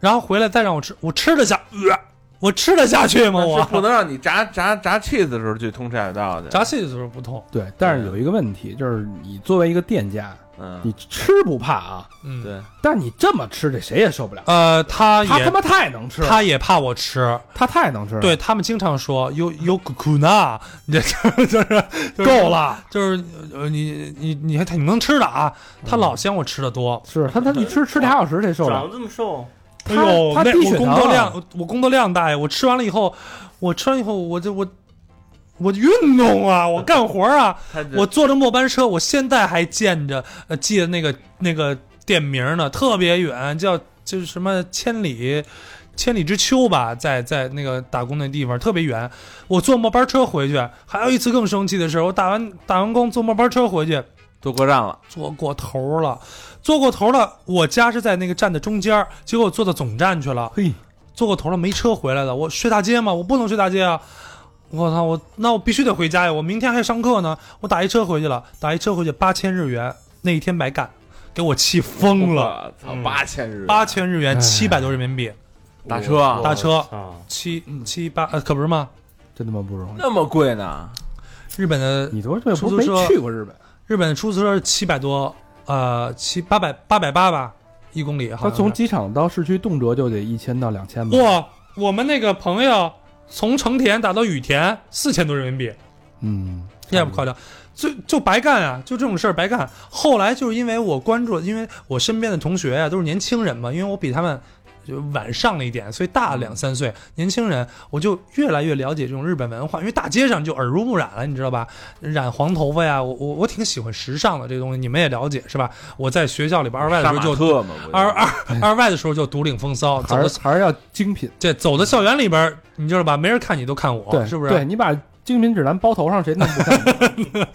Speaker 3: 然后回来再让我吃，我吃得下，呃、我吃得下去吗？
Speaker 4: 那是不
Speaker 3: 我
Speaker 4: 能让你炸炸炸 cheese 的时候去通下水道去。
Speaker 3: 炸蟹的时候不痛，
Speaker 2: 对。但是有一个问题，就是你作为一个店家，你
Speaker 4: 嗯，
Speaker 2: 吃不怕啊，
Speaker 3: 嗯，
Speaker 4: 对，
Speaker 2: 但你这么吃，这谁也受不了。
Speaker 3: 呃，他
Speaker 2: 他他
Speaker 3: 也
Speaker 2: 妈太能吃，了，
Speaker 3: 他也怕我吃，
Speaker 2: 他太能吃，了，
Speaker 3: 对他们经常说有有苦呢，你这就是够了，就是呃你你你还挺能吃的啊，他老嫌我吃的多。
Speaker 2: 是他他一吃吃俩小时，谁受不
Speaker 5: 长
Speaker 2: 了？
Speaker 5: 得这么瘦，
Speaker 3: 哎
Speaker 2: 他
Speaker 3: 呦，
Speaker 2: 他
Speaker 3: 那
Speaker 2: 低
Speaker 3: 我
Speaker 2: 血
Speaker 3: 工
Speaker 2: 糖
Speaker 3: 作
Speaker 2: 啊，
Speaker 3: 量我工作量大呀，我吃完了以后，我吃完以后我就我我运动啊，我干活啊，
Speaker 4: 他这
Speaker 3: 我坐着末班车，我现在还见着呃记得那个那个店名呢，特别远，叫就是什么千里。千里之丘吧，在在那个打工那地方特别远，我坐末班车回去。还有一次更生气的是，我打完打完工坐末班车回去，
Speaker 4: 坐过站了，
Speaker 3: 坐过头了，坐过头了。我家是在那个站的中间儿，结果我坐到总站去了。
Speaker 2: 嘿，
Speaker 3: 坐过头了没车回来的，我睡大街吗？我不能睡大街啊！我操，我那我必须得回家呀！我明天还上课呢，我打一车回去了，打一车回去八千日元，那一天白干，给我气 疯了。嗯
Speaker 4: 我操，八千日元
Speaker 3: 八千日元，七百多人民币，
Speaker 4: 打车啊
Speaker 3: 打车
Speaker 5: 啊，
Speaker 3: 七七八呃，可不是吗？
Speaker 2: 真他妈不容易。
Speaker 4: 那么贵呢？
Speaker 3: 日本的
Speaker 2: 你他妈这不
Speaker 3: 出租
Speaker 2: 是没
Speaker 3: 车
Speaker 2: 去过日本？
Speaker 3: 日本的出租车七百多，呃，七八百八百八吧，一公里好
Speaker 2: 他
Speaker 3: 像是。
Speaker 2: 从机场到市区动辄就得一千到两千吧。
Speaker 3: 哇，我们那个朋友从成田打到羽田四千多人民币，
Speaker 2: 嗯，
Speaker 3: 也不夸张，就就白干啊，就这种事儿白干。后来就是因为我关注，因为我身边的同学啊都是年轻人嘛，因为我比他们就晚上了一点，所以大两三岁，年轻人我就越来越了解这种日本文化，因为大街上就耳濡目染了，你知道吧？染黄头发呀，我我我挺喜欢时尚的这个东西，你们也了解是吧？我在学校里边二外的
Speaker 4: 杀
Speaker 3: 时
Speaker 4: 马
Speaker 3: 候就
Speaker 4: 特嘛，不
Speaker 3: 二二二外的时候就独领风骚，走
Speaker 2: 还
Speaker 3: 到
Speaker 2: 是还是要精品，
Speaker 3: 这走到校园里边，你知道吧？没人看你都看我，
Speaker 2: 对，
Speaker 3: 是不啊是？
Speaker 2: 对你把精品指南包头上，谁能 不看？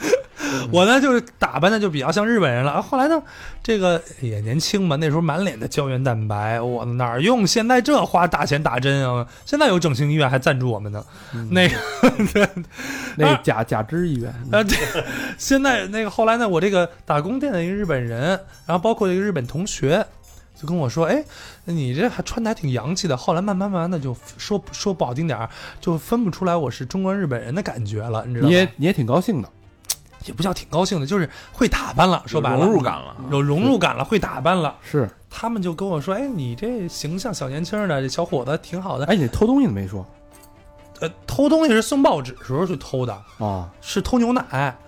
Speaker 3: 我呢就是打扮的就比较像日本人了。啊后来呢，这个也年轻嘛，那时候满脸的胶原蛋白，我哪儿用现在这花大钱打针啊？现在有整形医院还赞助我们呢。
Speaker 2: 嗯
Speaker 3: 那个
Speaker 2: 那个假假肢医院，
Speaker 3: 啊，对， 现在那个后来呢，我这个打工店的一个日本人，然后包括一个日本同学。就跟我说，哎，你这还穿的还挺洋气的。后来慢慢慢慢的就说说不好听点儿，就分不出来我是中国人日本人的感觉了，你知道
Speaker 2: 你
Speaker 3: 吗？
Speaker 2: 也你也挺高兴的。
Speaker 3: 也不叫挺高兴的，就是会打扮了，说白了
Speaker 4: 融入感了。
Speaker 3: 有融入感了，会打扮了。
Speaker 2: 是，
Speaker 3: 他们就跟我说：“哎，你这形象小年轻的，这小伙子挺好的。
Speaker 2: 哎，你偷东西没说
Speaker 3: 呃，偷东西是送报纸时候去偷的，
Speaker 2: 啊
Speaker 3: 是偷牛奶。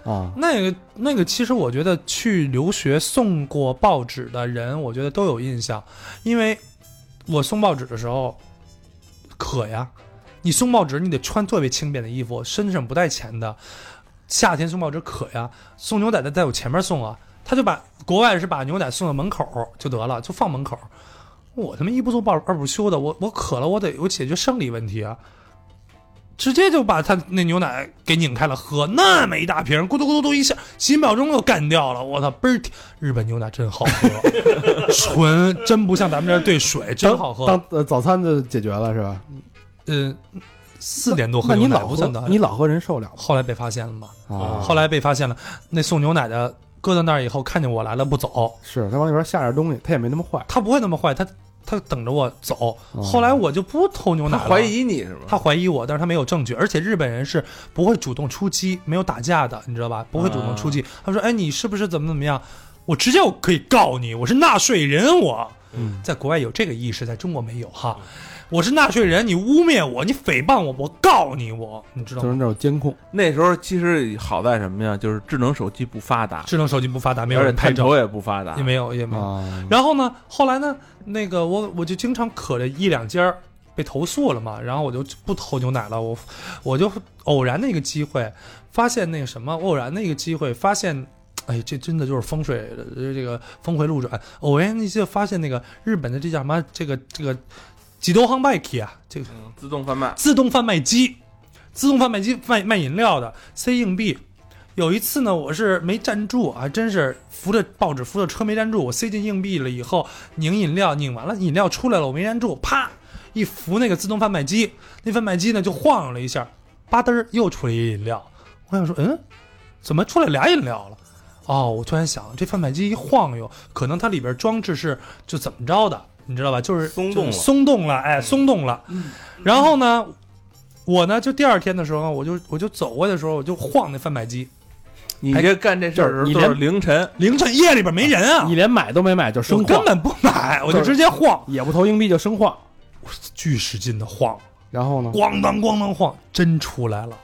Speaker 2: 啊？
Speaker 3: 那个那个，其实我觉得去留学送过报纸的人，我觉得都有印象，因为我送报纸的时候渴呀。你送报纸，你得穿特别轻便的衣服，身上不带钱的。夏天送报纸渴呀，送牛奶的在我前面送啊，他就把国外是把牛奶送到门口就得了，就放门口。我他妈一不做报二不休的，我我渴了，我得我解决生理问题啊，直接就把他那牛奶给拧开了喝，那么一大瓶，咕嘟咕嘟嘟一下，几秒钟就干掉了。我操，倍儿甜！日本牛奶真好喝， 纯真不像咱们这儿兑水，真好喝。
Speaker 2: 当呃早餐就解决了是吧？
Speaker 3: 嗯，四点多喝
Speaker 2: 那
Speaker 3: 牛
Speaker 2: 你
Speaker 3: 奶
Speaker 2: 老
Speaker 3: 不算哦早
Speaker 2: 喝，。你老喝人受了
Speaker 3: 后来被发现了嘛？
Speaker 2: 吗？啊，
Speaker 3: 后来被发现了，那送牛奶的搁到那儿以后，看见我来了不走，
Speaker 2: 是他往里边下点东西，他也没那么坏。
Speaker 3: 他不会那么坏，他他等着我走。
Speaker 2: 哦
Speaker 3: 后来我就不偷牛奶
Speaker 4: 他
Speaker 3: 了。
Speaker 4: 怀疑你是吗？
Speaker 3: 他怀疑我，但是他没有证据，而且日本人是不会主动出击，没有打架的，你知道吧？不会主动出击。他说：“哎，你是不是怎么怎么样？”我直接我可以告你，我是纳税人，我。
Speaker 2: 嗯
Speaker 3: 在国外有这个意识，在中国没有哈。我是纳税人，你污蔑我，你诽谤我，我告你我，你知道
Speaker 2: 就是
Speaker 3: 吗？
Speaker 2: 那种监控，
Speaker 4: 那时候其实好在什么呀？就是智能手机不发达，
Speaker 3: 智能手机不发达，没有
Speaker 4: 而且
Speaker 3: 人拍
Speaker 4: 探
Speaker 3: 照，
Speaker 4: 头也不发达
Speaker 3: 也。没有也没有。
Speaker 2: 啊，
Speaker 3: 然后呢，后来呢，那个我我就经常渴着一两家儿被投诉了嘛，然后我就不偷牛奶了，我我就偶然的一个机会，发现那个什么，偶然的一个机会发现。哎，这真的就是风水，呃这个峰回路转。偶然一次发现那个日本的这叫什么？这个这个几多夯拜 k 啊，这个
Speaker 4: 自动贩卖，
Speaker 3: 自动贩卖机，自动贩卖机卖卖饮料的，塞硬币。有一次呢，我是没站住啊，还真是扶着报纸扶着车没站住，我塞进硬币了以后拧饮料，拧完了饮料出来了，我没站住，啪一扶那个自动贩卖机，那贩卖机呢就晃悠了一下，吧嘚儿又出来一饮料，我想说，嗯，怎么出来俩饮料了？哦，我突然想，这贩卖机一晃悠，可能它里边装置是就怎么着的，你知道吧？就是
Speaker 5: 松动了嗯
Speaker 3: 就是松动了，哎，松动了。然后呢，我呢就第二天的时候，我就我就走过去的时候，我就晃那贩卖机，
Speaker 4: 你这干这事儿的时候
Speaker 2: 就是你
Speaker 4: 都
Speaker 2: 连
Speaker 4: 是凌晨，
Speaker 3: 凌晨夜里边没人啊
Speaker 2: 你，连买都没买就
Speaker 3: 我
Speaker 2: 生
Speaker 3: 根
Speaker 2: 晃，
Speaker 3: 本不买，我就
Speaker 2: 就是
Speaker 3: 直接晃，
Speaker 2: 也不投硬币就生晃。
Speaker 3: 巨使劲的晃，
Speaker 2: 然后呢？
Speaker 3: 咣当咣当晃，真出来了。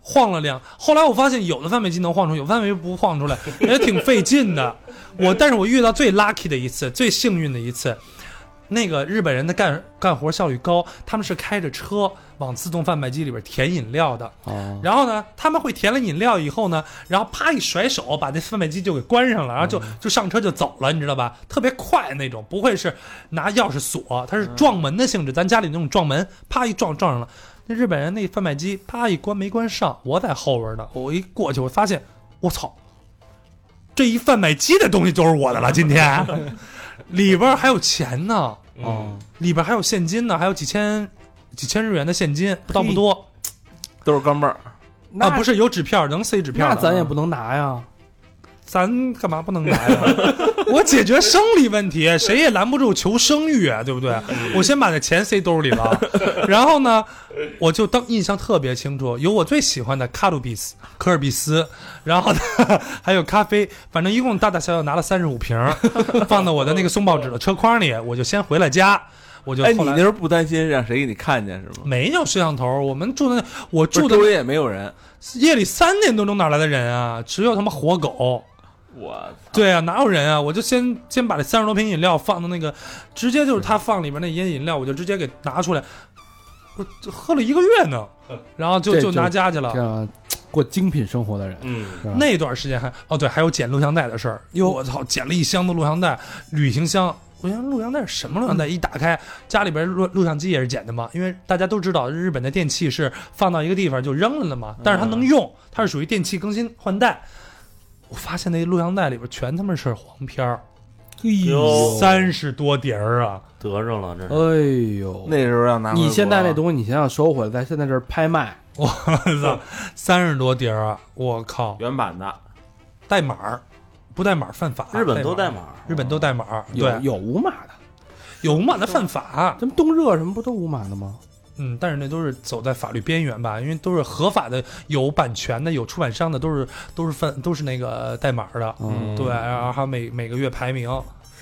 Speaker 3: 晃了两，后来我发现有的贩卖机能晃出，有贩卖机不晃出来， 也挺费劲的。我，但是我遇到最 lucky 的一次，最幸运的一次，那个日本人的干干活效率高，他们是开着车往自动贩卖机里边填饮料的，
Speaker 2: 啊，
Speaker 3: 然后呢，他们会填了饮料以后呢，然后啪一甩手，把那贩卖机就给关上了，然后就就上车就走了，你知道吧？特别快那种，不会是拿钥匙锁，它是撞门的性质，咱家里那种撞门，啪一撞撞上了。那日本人那贩卖机啪一关没关上，我在后边呢，我一过去，我发现，我操，这一贩卖机的东西就是我的了，今天里边还有钱呢，哦，里边还有现金呢，还有几千几千日元的现金，倒不多
Speaker 4: 都是钢镚儿，
Speaker 3: 啊，不是有纸片儿能塞纸片儿
Speaker 2: 那
Speaker 3: 的，啊
Speaker 2: 咱也不能拿呀。
Speaker 3: 咱干嘛不能来 呀？我解决生理问题，谁也拦不住求生欲啊，对不对？
Speaker 4: 嗯
Speaker 3: 我先把那钱塞兜里了， 然后呢，我就当印象特别清楚，有我最喜欢的卡鲁比斯、科尔比斯，然后呢 还有咖啡，反正一共大大小小拿了三十五瓶儿，放到我的那个送报纸的车筐里，我就先回了家，我就
Speaker 4: 哎，你
Speaker 3: 后来、
Speaker 4: 那时候不担心让谁给你看见是吗？
Speaker 3: 没有摄像头，我们住的那我
Speaker 4: 不
Speaker 3: 住
Speaker 4: 是
Speaker 3: 的
Speaker 4: 周围也没有人，
Speaker 3: 夜里三点多钟哪来的人啊？只有他妈活狗。
Speaker 4: 我
Speaker 3: 对啊，哪有人啊？我就先先把这三十多瓶饮料放到那个，直接就是他放里边那烟饮料，我就直接给拿出来，我这喝了一个月呢，然后就
Speaker 2: 嗯这
Speaker 3: 就
Speaker 2: 就
Speaker 3: 拿家去
Speaker 2: 这
Speaker 3: 了。
Speaker 2: 样过精品生活的人，
Speaker 5: 嗯，
Speaker 2: 是吧
Speaker 3: 那段时间还哦对，还有捡录像带的事儿。
Speaker 2: 嗯
Speaker 3: 哟，我操，捡了一箱子录像带，旅行箱。我想录像带是什么录
Speaker 2: 嗯
Speaker 3: 像带？一打开，家里边录录像机也是捡的嘛，因为大家都知道日本的电器是放到一个地方就扔了的
Speaker 2: 嗯
Speaker 3: 嘛，但是它能用，它是属于电器更新换代。我发现那录像带里边全他妈是黄片儿。哎
Speaker 2: 哦
Speaker 5: 哟
Speaker 3: 三十多碟儿啊！
Speaker 5: 得着了，这是
Speaker 2: 哎呦，
Speaker 4: 那时候要拿回国啊，
Speaker 2: 你现在那东西，你想想收回来，在现在这儿拍卖，
Speaker 3: 我操，三十多碟儿啊！我靠，
Speaker 4: 原版的，
Speaker 3: 代码儿不代码儿犯法，
Speaker 5: 日本都代
Speaker 3: 代呃码儿，
Speaker 5: 码，
Speaker 3: 日本都代码儿，
Speaker 2: 有
Speaker 3: 对，
Speaker 2: 有无码的，
Speaker 3: 有无码的犯法，
Speaker 2: 咱们东热什么不都无码的吗？
Speaker 3: 嗯，但是那都是走在法律边缘吧，因为都是合法的，有版权的，有出版商的，都是都是犯都是那个代码儿的，
Speaker 2: 嗯，
Speaker 3: 对，然后还有每每个月排名，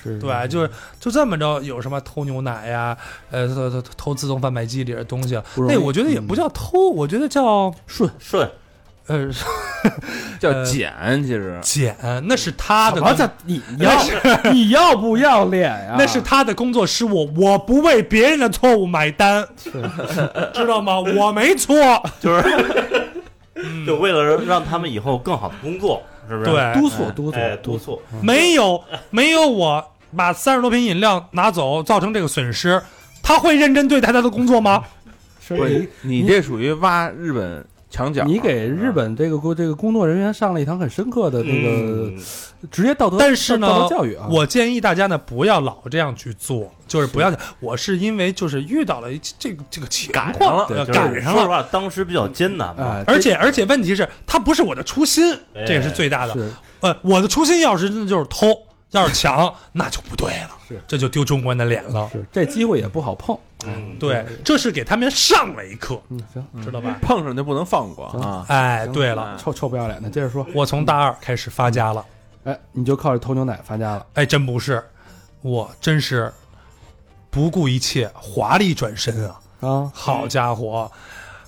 Speaker 2: 是，
Speaker 3: 对，啊就是就这么着，有什么偷牛奶呀，呃，偷偷偷自动贩卖机里的东西，啊
Speaker 2: 不容易
Speaker 3: 那我觉得也不叫偷，我觉得叫
Speaker 2: 顺
Speaker 5: 顺
Speaker 3: 呃。
Speaker 4: 叫
Speaker 3: 呃
Speaker 4: 捡，其实
Speaker 3: 捡，那是他的
Speaker 2: 怎
Speaker 3: 工，
Speaker 2: 么啊这你
Speaker 5: 啊
Speaker 2: 要你要不要脸呀？
Speaker 3: 那是他的工作失误，我不为别人的错误买单， 知道吗？我没错，
Speaker 5: 就是，就为了让他们以后更好的工作，是不是？
Speaker 3: 嗯对，
Speaker 2: 督促督促
Speaker 5: 哎，
Speaker 2: 督
Speaker 5: 督促，
Speaker 3: 没有没有我把三十多瓶饮料拿走，造成这个损失，他会认真对待他的工作吗？
Speaker 5: 嗯
Speaker 2: 促，
Speaker 4: 不
Speaker 2: 是
Speaker 4: 是
Speaker 2: 你
Speaker 4: 你这属于挖日本墙角，
Speaker 2: 你给日本这个工这个工作人员上了一堂很深刻的这个
Speaker 5: 嗯，
Speaker 2: 职业道德，
Speaker 3: 但是呢
Speaker 2: 道德教育啊，
Speaker 3: 我建议大家呢不要老这样去做，就是不要。我是因为就是遇到了这个这个情
Speaker 5: 赶上
Speaker 3: 况，
Speaker 5: 了，
Speaker 3: 呃
Speaker 5: 就是
Speaker 3: 赶上
Speaker 5: 说
Speaker 3: 了
Speaker 5: 实。话，当时比较艰难嘛，
Speaker 2: 哎，
Speaker 3: 而且而且问题是，他不是我的初心，
Speaker 5: 哎
Speaker 3: 这也是最大的。
Speaker 2: 是
Speaker 3: 呃，我的初心要是真的就是偷，要是抢，那就不对了，
Speaker 2: 是
Speaker 3: 这就丢中国人的脸了。
Speaker 2: 是这机会也不好碰，
Speaker 3: 哎
Speaker 5: 嗯，
Speaker 3: 对，这是给他们上了一课，
Speaker 2: 嗯，行，
Speaker 3: 知道吧？
Speaker 4: 碰上就不能放过啊！
Speaker 3: 哎，对了，
Speaker 2: 臭臭不要脸的，接着说，
Speaker 3: 我从大二开始发家了，
Speaker 2: 哎，你就靠着偷牛奶发家了，
Speaker 3: 哎，真不是，我真是不顾一切华丽转身啊！
Speaker 2: 啊，
Speaker 3: 好家伙，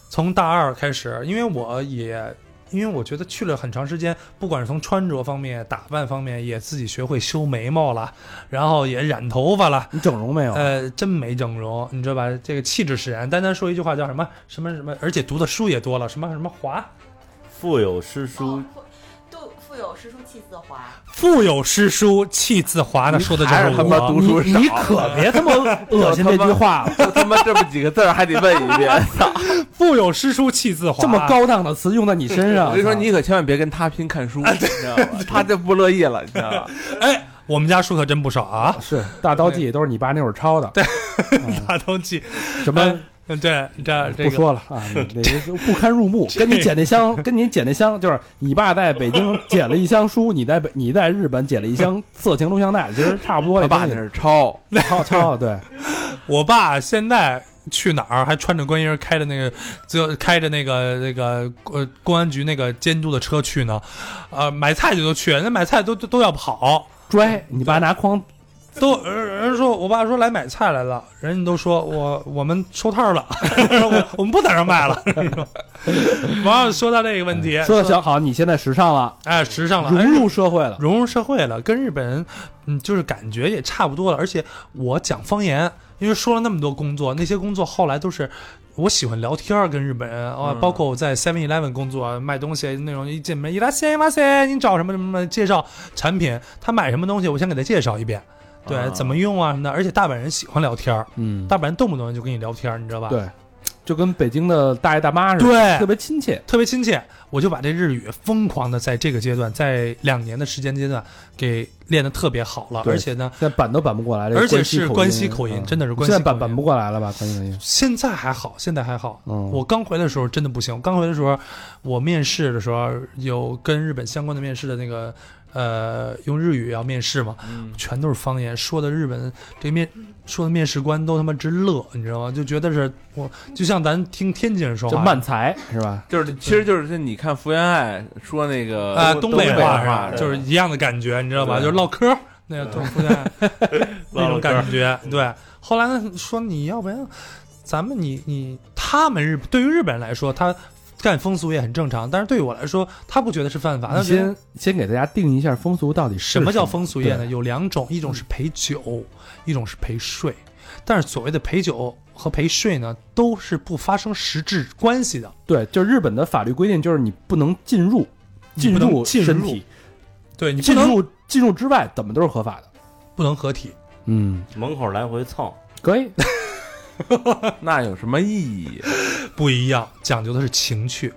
Speaker 3: 从大二开始，因为我也。因为我觉得去了很长时间，不管是从穿着方面、打扮方面，也自己学会修眉毛了，然后也染头发了，
Speaker 2: 你整容没有？
Speaker 3: 呃，真没整容，你知道吧？这个气质使然。单单说一句话叫什么什么什么，而且读的书也多了，什么什么华，
Speaker 5: 腹有诗书
Speaker 6: 哦，杜富有诗书气自华，
Speaker 3: 腹有诗书气自华呢，说的就
Speaker 4: 还
Speaker 3: 嗯是
Speaker 4: 他妈
Speaker 3: 我。
Speaker 4: 读书
Speaker 2: 你
Speaker 4: 少，
Speaker 2: 你 可别他妈恶心这句话了，
Speaker 4: 就他妈这么几个字儿还得问一 遍，操！
Speaker 3: 腹有诗书气自华，
Speaker 2: 这么高档的词用在你身上，
Speaker 4: 我跟你说，你可千万别跟他拼看
Speaker 2: 啊
Speaker 4: 书，你知道吗？他就不乐意了，你知道吗？
Speaker 3: 哎，我们家书可真不少啊，
Speaker 2: 是大刀记都是你爸那会儿抄的，对，
Speaker 3: 大东记。
Speaker 2: 什么
Speaker 3: 嗯，对，这这
Speaker 2: 不
Speaker 3: 个
Speaker 2: 说了 啊，那个不堪入目。跟你捡那箱， 跟你捡那箱，就是你爸在北京捡了一箱书，你在北你在日本捡了一箱色情录像带，其实差不多
Speaker 4: 他
Speaker 2: 这
Speaker 4: 爸
Speaker 2: 东
Speaker 4: 那
Speaker 2: 西。
Speaker 4: 是抄，
Speaker 2: 抄抄对，
Speaker 3: 我爸现在。去哪儿还穿着观音儿开着那个，就开着那个那个呃公安局那个监督的车去呢，呃买菜就都去，那买菜都都都要跑，
Speaker 2: 拽你爸拿筐
Speaker 3: 都人人说，我爸说来买菜来了，人家都说我我们收摊儿了， 我我们不在这儿卖了。 完了，说到这个问题，
Speaker 2: 哎说的行好，你现在时尚了，
Speaker 3: 哎，时尚了， 哎
Speaker 2: 融入社会了，
Speaker 3: 融入社会了，跟日本人，嗯，就是感觉也差不多了。而且我讲方言，因为说了那么多工作，那些工作后来都是我喜欢聊天儿，跟日本人啊，
Speaker 4: 嗯
Speaker 3: 包括我在 Seven Eleven 工作卖东西那种，一进门伊拉塞马
Speaker 4: 嗯
Speaker 3: 塞，你找什么什么什么介绍产品，他买什么东西，我先给他介绍一遍，对，
Speaker 4: 啊
Speaker 3: 怎么用啊什么的。而且大阪人喜欢聊天儿，
Speaker 2: 嗯，
Speaker 3: 大阪人动不动就跟你聊天儿，你知道吧？
Speaker 2: 对，就跟北京的大爷大妈似的，
Speaker 3: 对
Speaker 2: 特别亲切。
Speaker 3: 特别亲切，我就把这日语疯狂的在这个阶段，在两年的时间阶段给练得特别好了，
Speaker 2: 对
Speaker 3: 而且呢，
Speaker 2: 现在板都板不过来了，
Speaker 3: 而且是关西口
Speaker 2: 口
Speaker 3: 音
Speaker 2: 嗯
Speaker 3: 真的是关西
Speaker 2: 现在板
Speaker 3: 口音
Speaker 2: 板不过来了吧？关西口音，
Speaker 3: 现在还好，现在还好。
Speaker 2: 嗯，
Speaker 3: 我刚回来的时候真的不行，我刚回来的时候，我面试的时候有跟日本相关的面试的那个，呃，用日语要面试嘛，
Speaker 2: 嗯
Speaker 3: 全都是方言，说的日本这面说的面试官都他妈直乐，你知道吗？就觉得是我就像咱听天津人说
Speaker 2: 就
Speaker 3: 话，
Speaker 2: 慢才是吧？
Speaker 4: 就是其实就是你看福原爱说那个
Speaker 3: 啊，
Speaker 4: 东
Speaker 3: 北
Speaker 4: 北
Speaker 3: 话
Speaker 4: 话，
Speaker 3: 就是是一样的感觉，你知道吧？
Speaker 4: 对
Speaker 3: 就是唠嗑儿那个都不太 那种感觉。对，后来呢说你要不然咱们你你他们日对于日本人来说，他干风俗也很正常，但是对于我来说，他不觉得是犯法。他
Speaker 2: 你
Speaker 3: 觉得
Speaker 2: 先先给大家定义一下风俗到底是
Speaker 3: 什么叫
Speaker 2: 风？
Speaker 3: 风俗业呢？有两种，一种是陪酒，一种是陪睡。但是所谓的陪酒和陪睡呢，都是不发生实质关系的。
Speaker 2: 对，就是日本的法律规定，就是你不能进入
Speaker 3: 你不能
Speaker 2: 入
Speaker 3: 进入
Speaker 2: 身体，
Speaker 3: 对你不
Speaker 2: 进
Speaker 3: 能
Speaker 2: 入进入之外，怎么都是合法的。
Speaker 3: 不能合体，
Speaker 2: 嗯，
Speaker 5: 门口来回蹭，
Speaker 2: 可以。
Speaker 4: 那有什么意义
Speaker 3: 不一样，讲究的是情趣。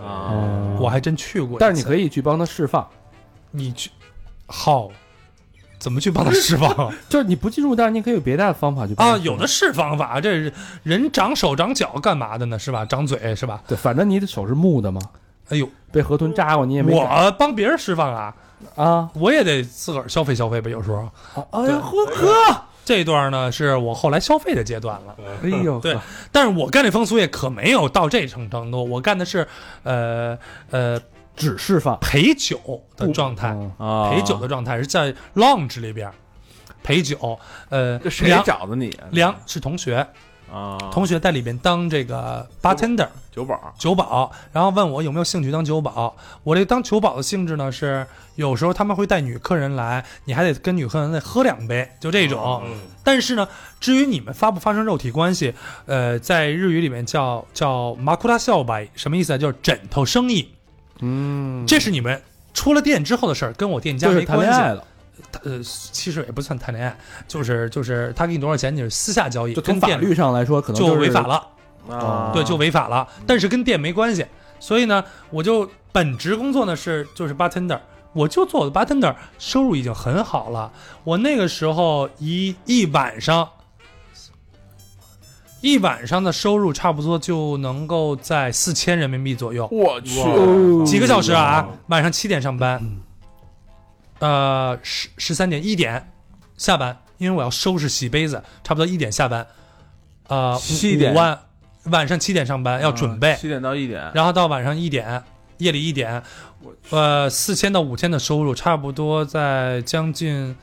Speaker 2: 嗯
Speaker 4: 啊？
Speaker 3: 我还真去过一次，
Speaker 2: 但是你可以去帮他释放，
Speaker 3: 你去好，怎么去帮他释放啊
Speaker 2: 就是你不进入，但是你可以有别的方法去帮他
Speaker 3: 啊？
Speaker 2: 释放
Speaker 3: 有的是方法，这是人长手长脚干嘛的呢？是吧？长嘴是吧？
Speaker 2: 对，反正你的手是木的嘛，
Speaker 3: 哎呦，
Speaker 2: 被河豚扎过你也没感
Speaker 3: 我帮别人释放啊，
Speaker 2: 啊
Speaker 3: 我也得自个儿消费消费吧，有时候。
Speaker 2: 啊！哎呦呵，
Speaker 3: 这一段呢，是我后来消费的阶段了。
Speaker 2: 哎呦呵，
Speaker 3: 对但是我干这风俗业可没有到这种程度，我干的是，呃呃，
Speaker 2: 只释放
Speaker 3: 陪酒的状态，
Speaker 2: 嗯
Speaker 4: 啊，
Speaker 3: 陪酒的状态是在 lounge 里边儿陪酒，呃，
Speaker 4: 这谁
Speaker 3: 梁
Speaker 4: 找的你啊？
Speaker 3: 梁是同学，
Speaker 4: 啊，
Speaker 3: 同学在里边当这个 bartender
Speaker 4: 酒保啊
Speaker 3: 酒保，然后问我有没有兴趣当酒保。我这当酒保的性质呢是，有时候他们会带女客人来，你还得跟女客人再喝两杯，就这
Speaker 2: 哦
Speaker 3: 种。
Speaker 2: 嗯
Speaker 5: 嗯
Speaker 3: 但是呢，至于你们发不发生肉体关系，呃，在日语里面叫叫马库拉笑白，什么意思啊？就是枕头生意，
Speaker 2: 嗯，
Speaker 3: 这是你们出了店之后的事儿，跟我店家
Speaker 2: 就是
Speaker 3: 没
Speaker 2: 谈
Speaker 3: 关
Speaker 2: 恋爱
Speaker 3: 系。
Speaker 2: 了，
Speaker 3: 呃，其实也不算谈恋爱，就是就是他给你多少钱，你是私下交易，
Speaker 2: 就
Speaker 3: 跟
Speaker 2: 从法
Speaker 3: 店里
Speaker 2: 律上来说，可能
Speaker 3: 就是违法。了。
Speaker 2: 哦
Speaker 4: 啊，
Speaker 3: 对，就违法了，但是跟店没关系。所以呢，我就本职工作呢是就是 bartender，我就做我的 bartender，收入已经很好了。我那个时候一一晚上，一晚上的收入差不多就能够在四千人民币左右，
Speaker 4: 我去，
Speaker 2: 哦
Speaker 3: 几个小时啊？
Speaker 4: 嗯
Speaker 3: 晚上七点上班，呃，十十三点一点下班，因为我要收拾洗杯子，差不多一点下班。呃，
Speaker 4: 7点啊
Speaker 3: 五万，晚上七点上班要准备，
Speaker 4: 七点到一点，
Speaker 3: 然后到晚上一点，夜里一点，呃，四千到五千的收入，差不多在将近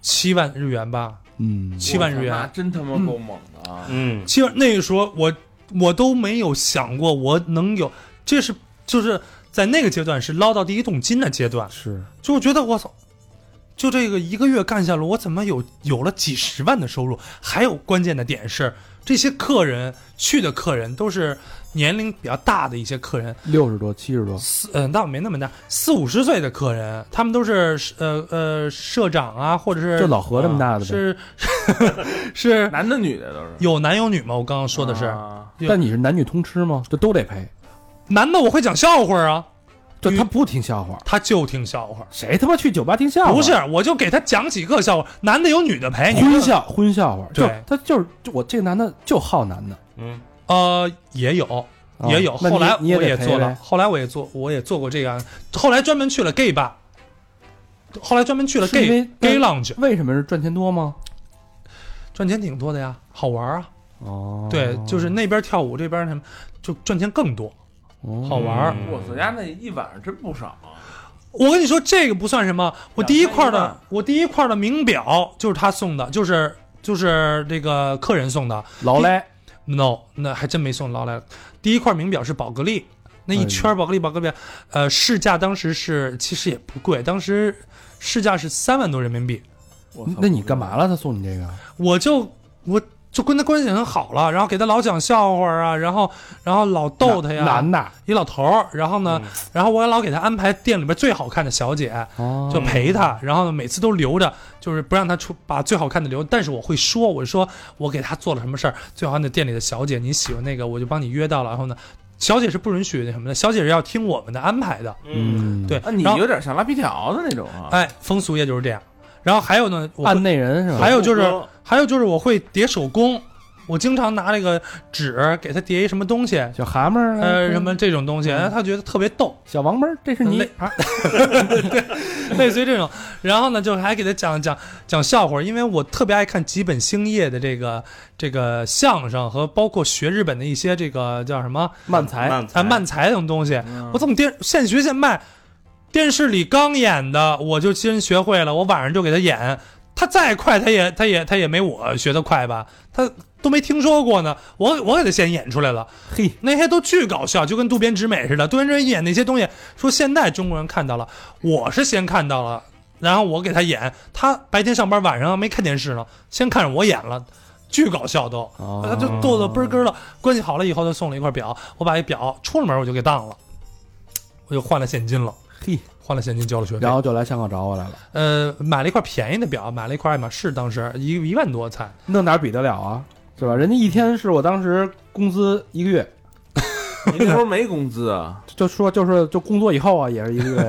Speaker 3: 七万日元吧，
Speaker 2: 嗯，
Speaker 3: 七万日
Speaker 4: 我操那
Speaker 3: 元，
Speaker 4: 真他妈够猛的啊！
Speaker 5: 嗯，
Speaker 3: 七万。那个时候我我都没有想过我能有，这是就是在那个阶段是捞到第一桶金的阶段，
Speaker 2: 是
Speaker 3: 就觉得我操，就这个一个月干下来，我怎么有有了几十万的收入？还有关键的点是，这些客人去的客人都是年龄比较大的一些客人，
Speaker 2: 六十多、七十多，
Speaker 3: 四嗯、倒没那么大，四五十岁的客人，他们都是呃呃社长啊，或者是啊
Speaker 2: 就老何这么大的呗。
Speaker 3: 是 是
Speaker 4: 男的女的都是，
Speaker 3: 有男有女吗？我刚刚说的是、
Speaker 4: 啊
Speaker 2: 但你是男女通吃吗？这都得赔。
Speaker 3: 男的，我会讲笑话啊，
Speaker 2: 这他不听笑话，
Speaker 3: 他就听笑话。
Speaker 2: 谁他妈去酒吧听笑话？
Speaker 3: 不是，我就给他讲几个笑话，男的有，女的陪。你
Speaker 2: 荤笑，荤笑话。就
Speaker 3: 对
Speaker 2: 他就是就我这个男的就好男的，
Speaker 5: 嗯
Speaker 3: 呃，也有，
Speaker 2: 啊
Speaker 3: 也有。
Speaker 2: 那你
Speaker 3: 后来
Speaker 2: 你也
Speaker 3: 我
Speaker 2: 得
Speaker 3: 也
Speaker 2: 陪
Speaker 3: 做了
Speaker 2: 呗，
Speaker 3: 后来我也做，我也做过这个案。后来专门去了 gay 吧，后来专门去了
Speaker 2: 是因
Speaker 3: gay
Speaker 2: 为
Speaker 3: gay
Speaker 2: 那
Speaker 3: lounge，
Speaker 2: 为什么是赚钱多吗？
Speaker 3: 赚钱挺多的呀，好玩啊。
Speaker 2: 哦，
Speaker 3: 对，就是那边跳舞，这边什么，就赚钱更多，哦好
Speaker 2: 好
Speaker 3: 玩儿。
Speaker 5: 嗯
Speaker 4: 我操，家那一晚上真不少啊，
Speaker 3: 我跟你说，这个不算什么。我第一块
Speaker 4: 两千一
Speaker 3: 的
Speaker 4: 万，
Speaker 3: 我第一块的名表就是他送的，就是就是这个客人送的。
Speaker 2: 劳莱，
Speaker 3: No，那还真没送劳莱。第一块名表是宝格丽，那一圈儿宝格丽，宝格丽，呃，市价当时是其实也不贵，当时市价是三万多人民币。
Speaker 4: 我操
Speaker 2: 那你干嘛？了？他送你这个
Speaker 3: 我就我就跟他关系很好了，然后给他老讲笑话啊，然后然后老逗他呀，
Speaker 2: 男的，
Speaker 3: 一老头儿，然后呢，然后我老给他安排店里边最好看的小姐，
Speaker 2: 哦
Speaker 3: 就陪他，然后呢每次都留着，就是不让他出把最好看的留，但是我会说，我说我给他做了什么事儿，最好看的店里的小姐，你喜欢那个我就帮你约到了，然后呢，小姐是不允许那什么的，小姐是要听我们的安排的，
Speaker 5: 嗯，
Speaker 3: 对，
Speaker 4: 啊，你
Speaker 3: 然后
Speaker 4: 有点像拉皮条的那种啊，
Speaker 3: 哎，风俗业就是这样，然后还有呢，我会
Speaker 2: 按内人是吧？
Speaker 3: 还有就是
Speaker 5: 手工
Speaker 3: 还有就是我会叠手工，我经常拿那个纸给他叠一什么东西，
Speaker 2: 小蛤蟆
Speaker 4: 嗯
Speaker 2: 儿啊，
Speaker 3: 呃，什么这嗯种东西，然后他觉得特别逗，
Speaker 2: 小王八儿，这是你
Speaker 3: 类
Speaker 2: 啊？
Speaker 3: 类似于这种。然后呢，就还给他讲讲讲笑话，因为我特别爱看吉本兴业的这个这个相声和包括学日本的一些这个叫什么
Speaker 2: 慢才，
Speaker 5: 慢才
Speaker 3: 啊漫才这种东西。
Speaker 4: 嗯
Speaker 3: 我怎么电现学现卖？电视里刚演的，我就先学会了，我晚上就给他演。他再快，他也他也他也没我学得快吧？他都没听说过呢，我我给他先演出来了。
Speaker 2: 嘿，
Speaker 3: 那些都巨搞笑，就跟渡边直美似的。渡边直美演那些东西，说现在中国人看到了，我是先看到了，然后我给他演，他白天上班，晚上没看电视呢，先看着我演了，巨搞笑都，他就逗得倍儿根了。关系好了以后，就送了一块表，我把一表出了门我就给当了，我就换了现金了，
Speaker 2: 嘿，
Speaker 3: 换了现金交了学费
Speaker 2: 然，后就来香港找我来了，
Speaker 3: 呃，买了一块便宜的表，买了一块爱马仕，当时一一万多才，
Speaker 2: 弄哪儿比得了啊？是吧？人家一天是我当时工资一个月，
Speaker 4: 你那时候没工资 啊，
Speaker 2: 就说就是就工作以后啊，也是一个月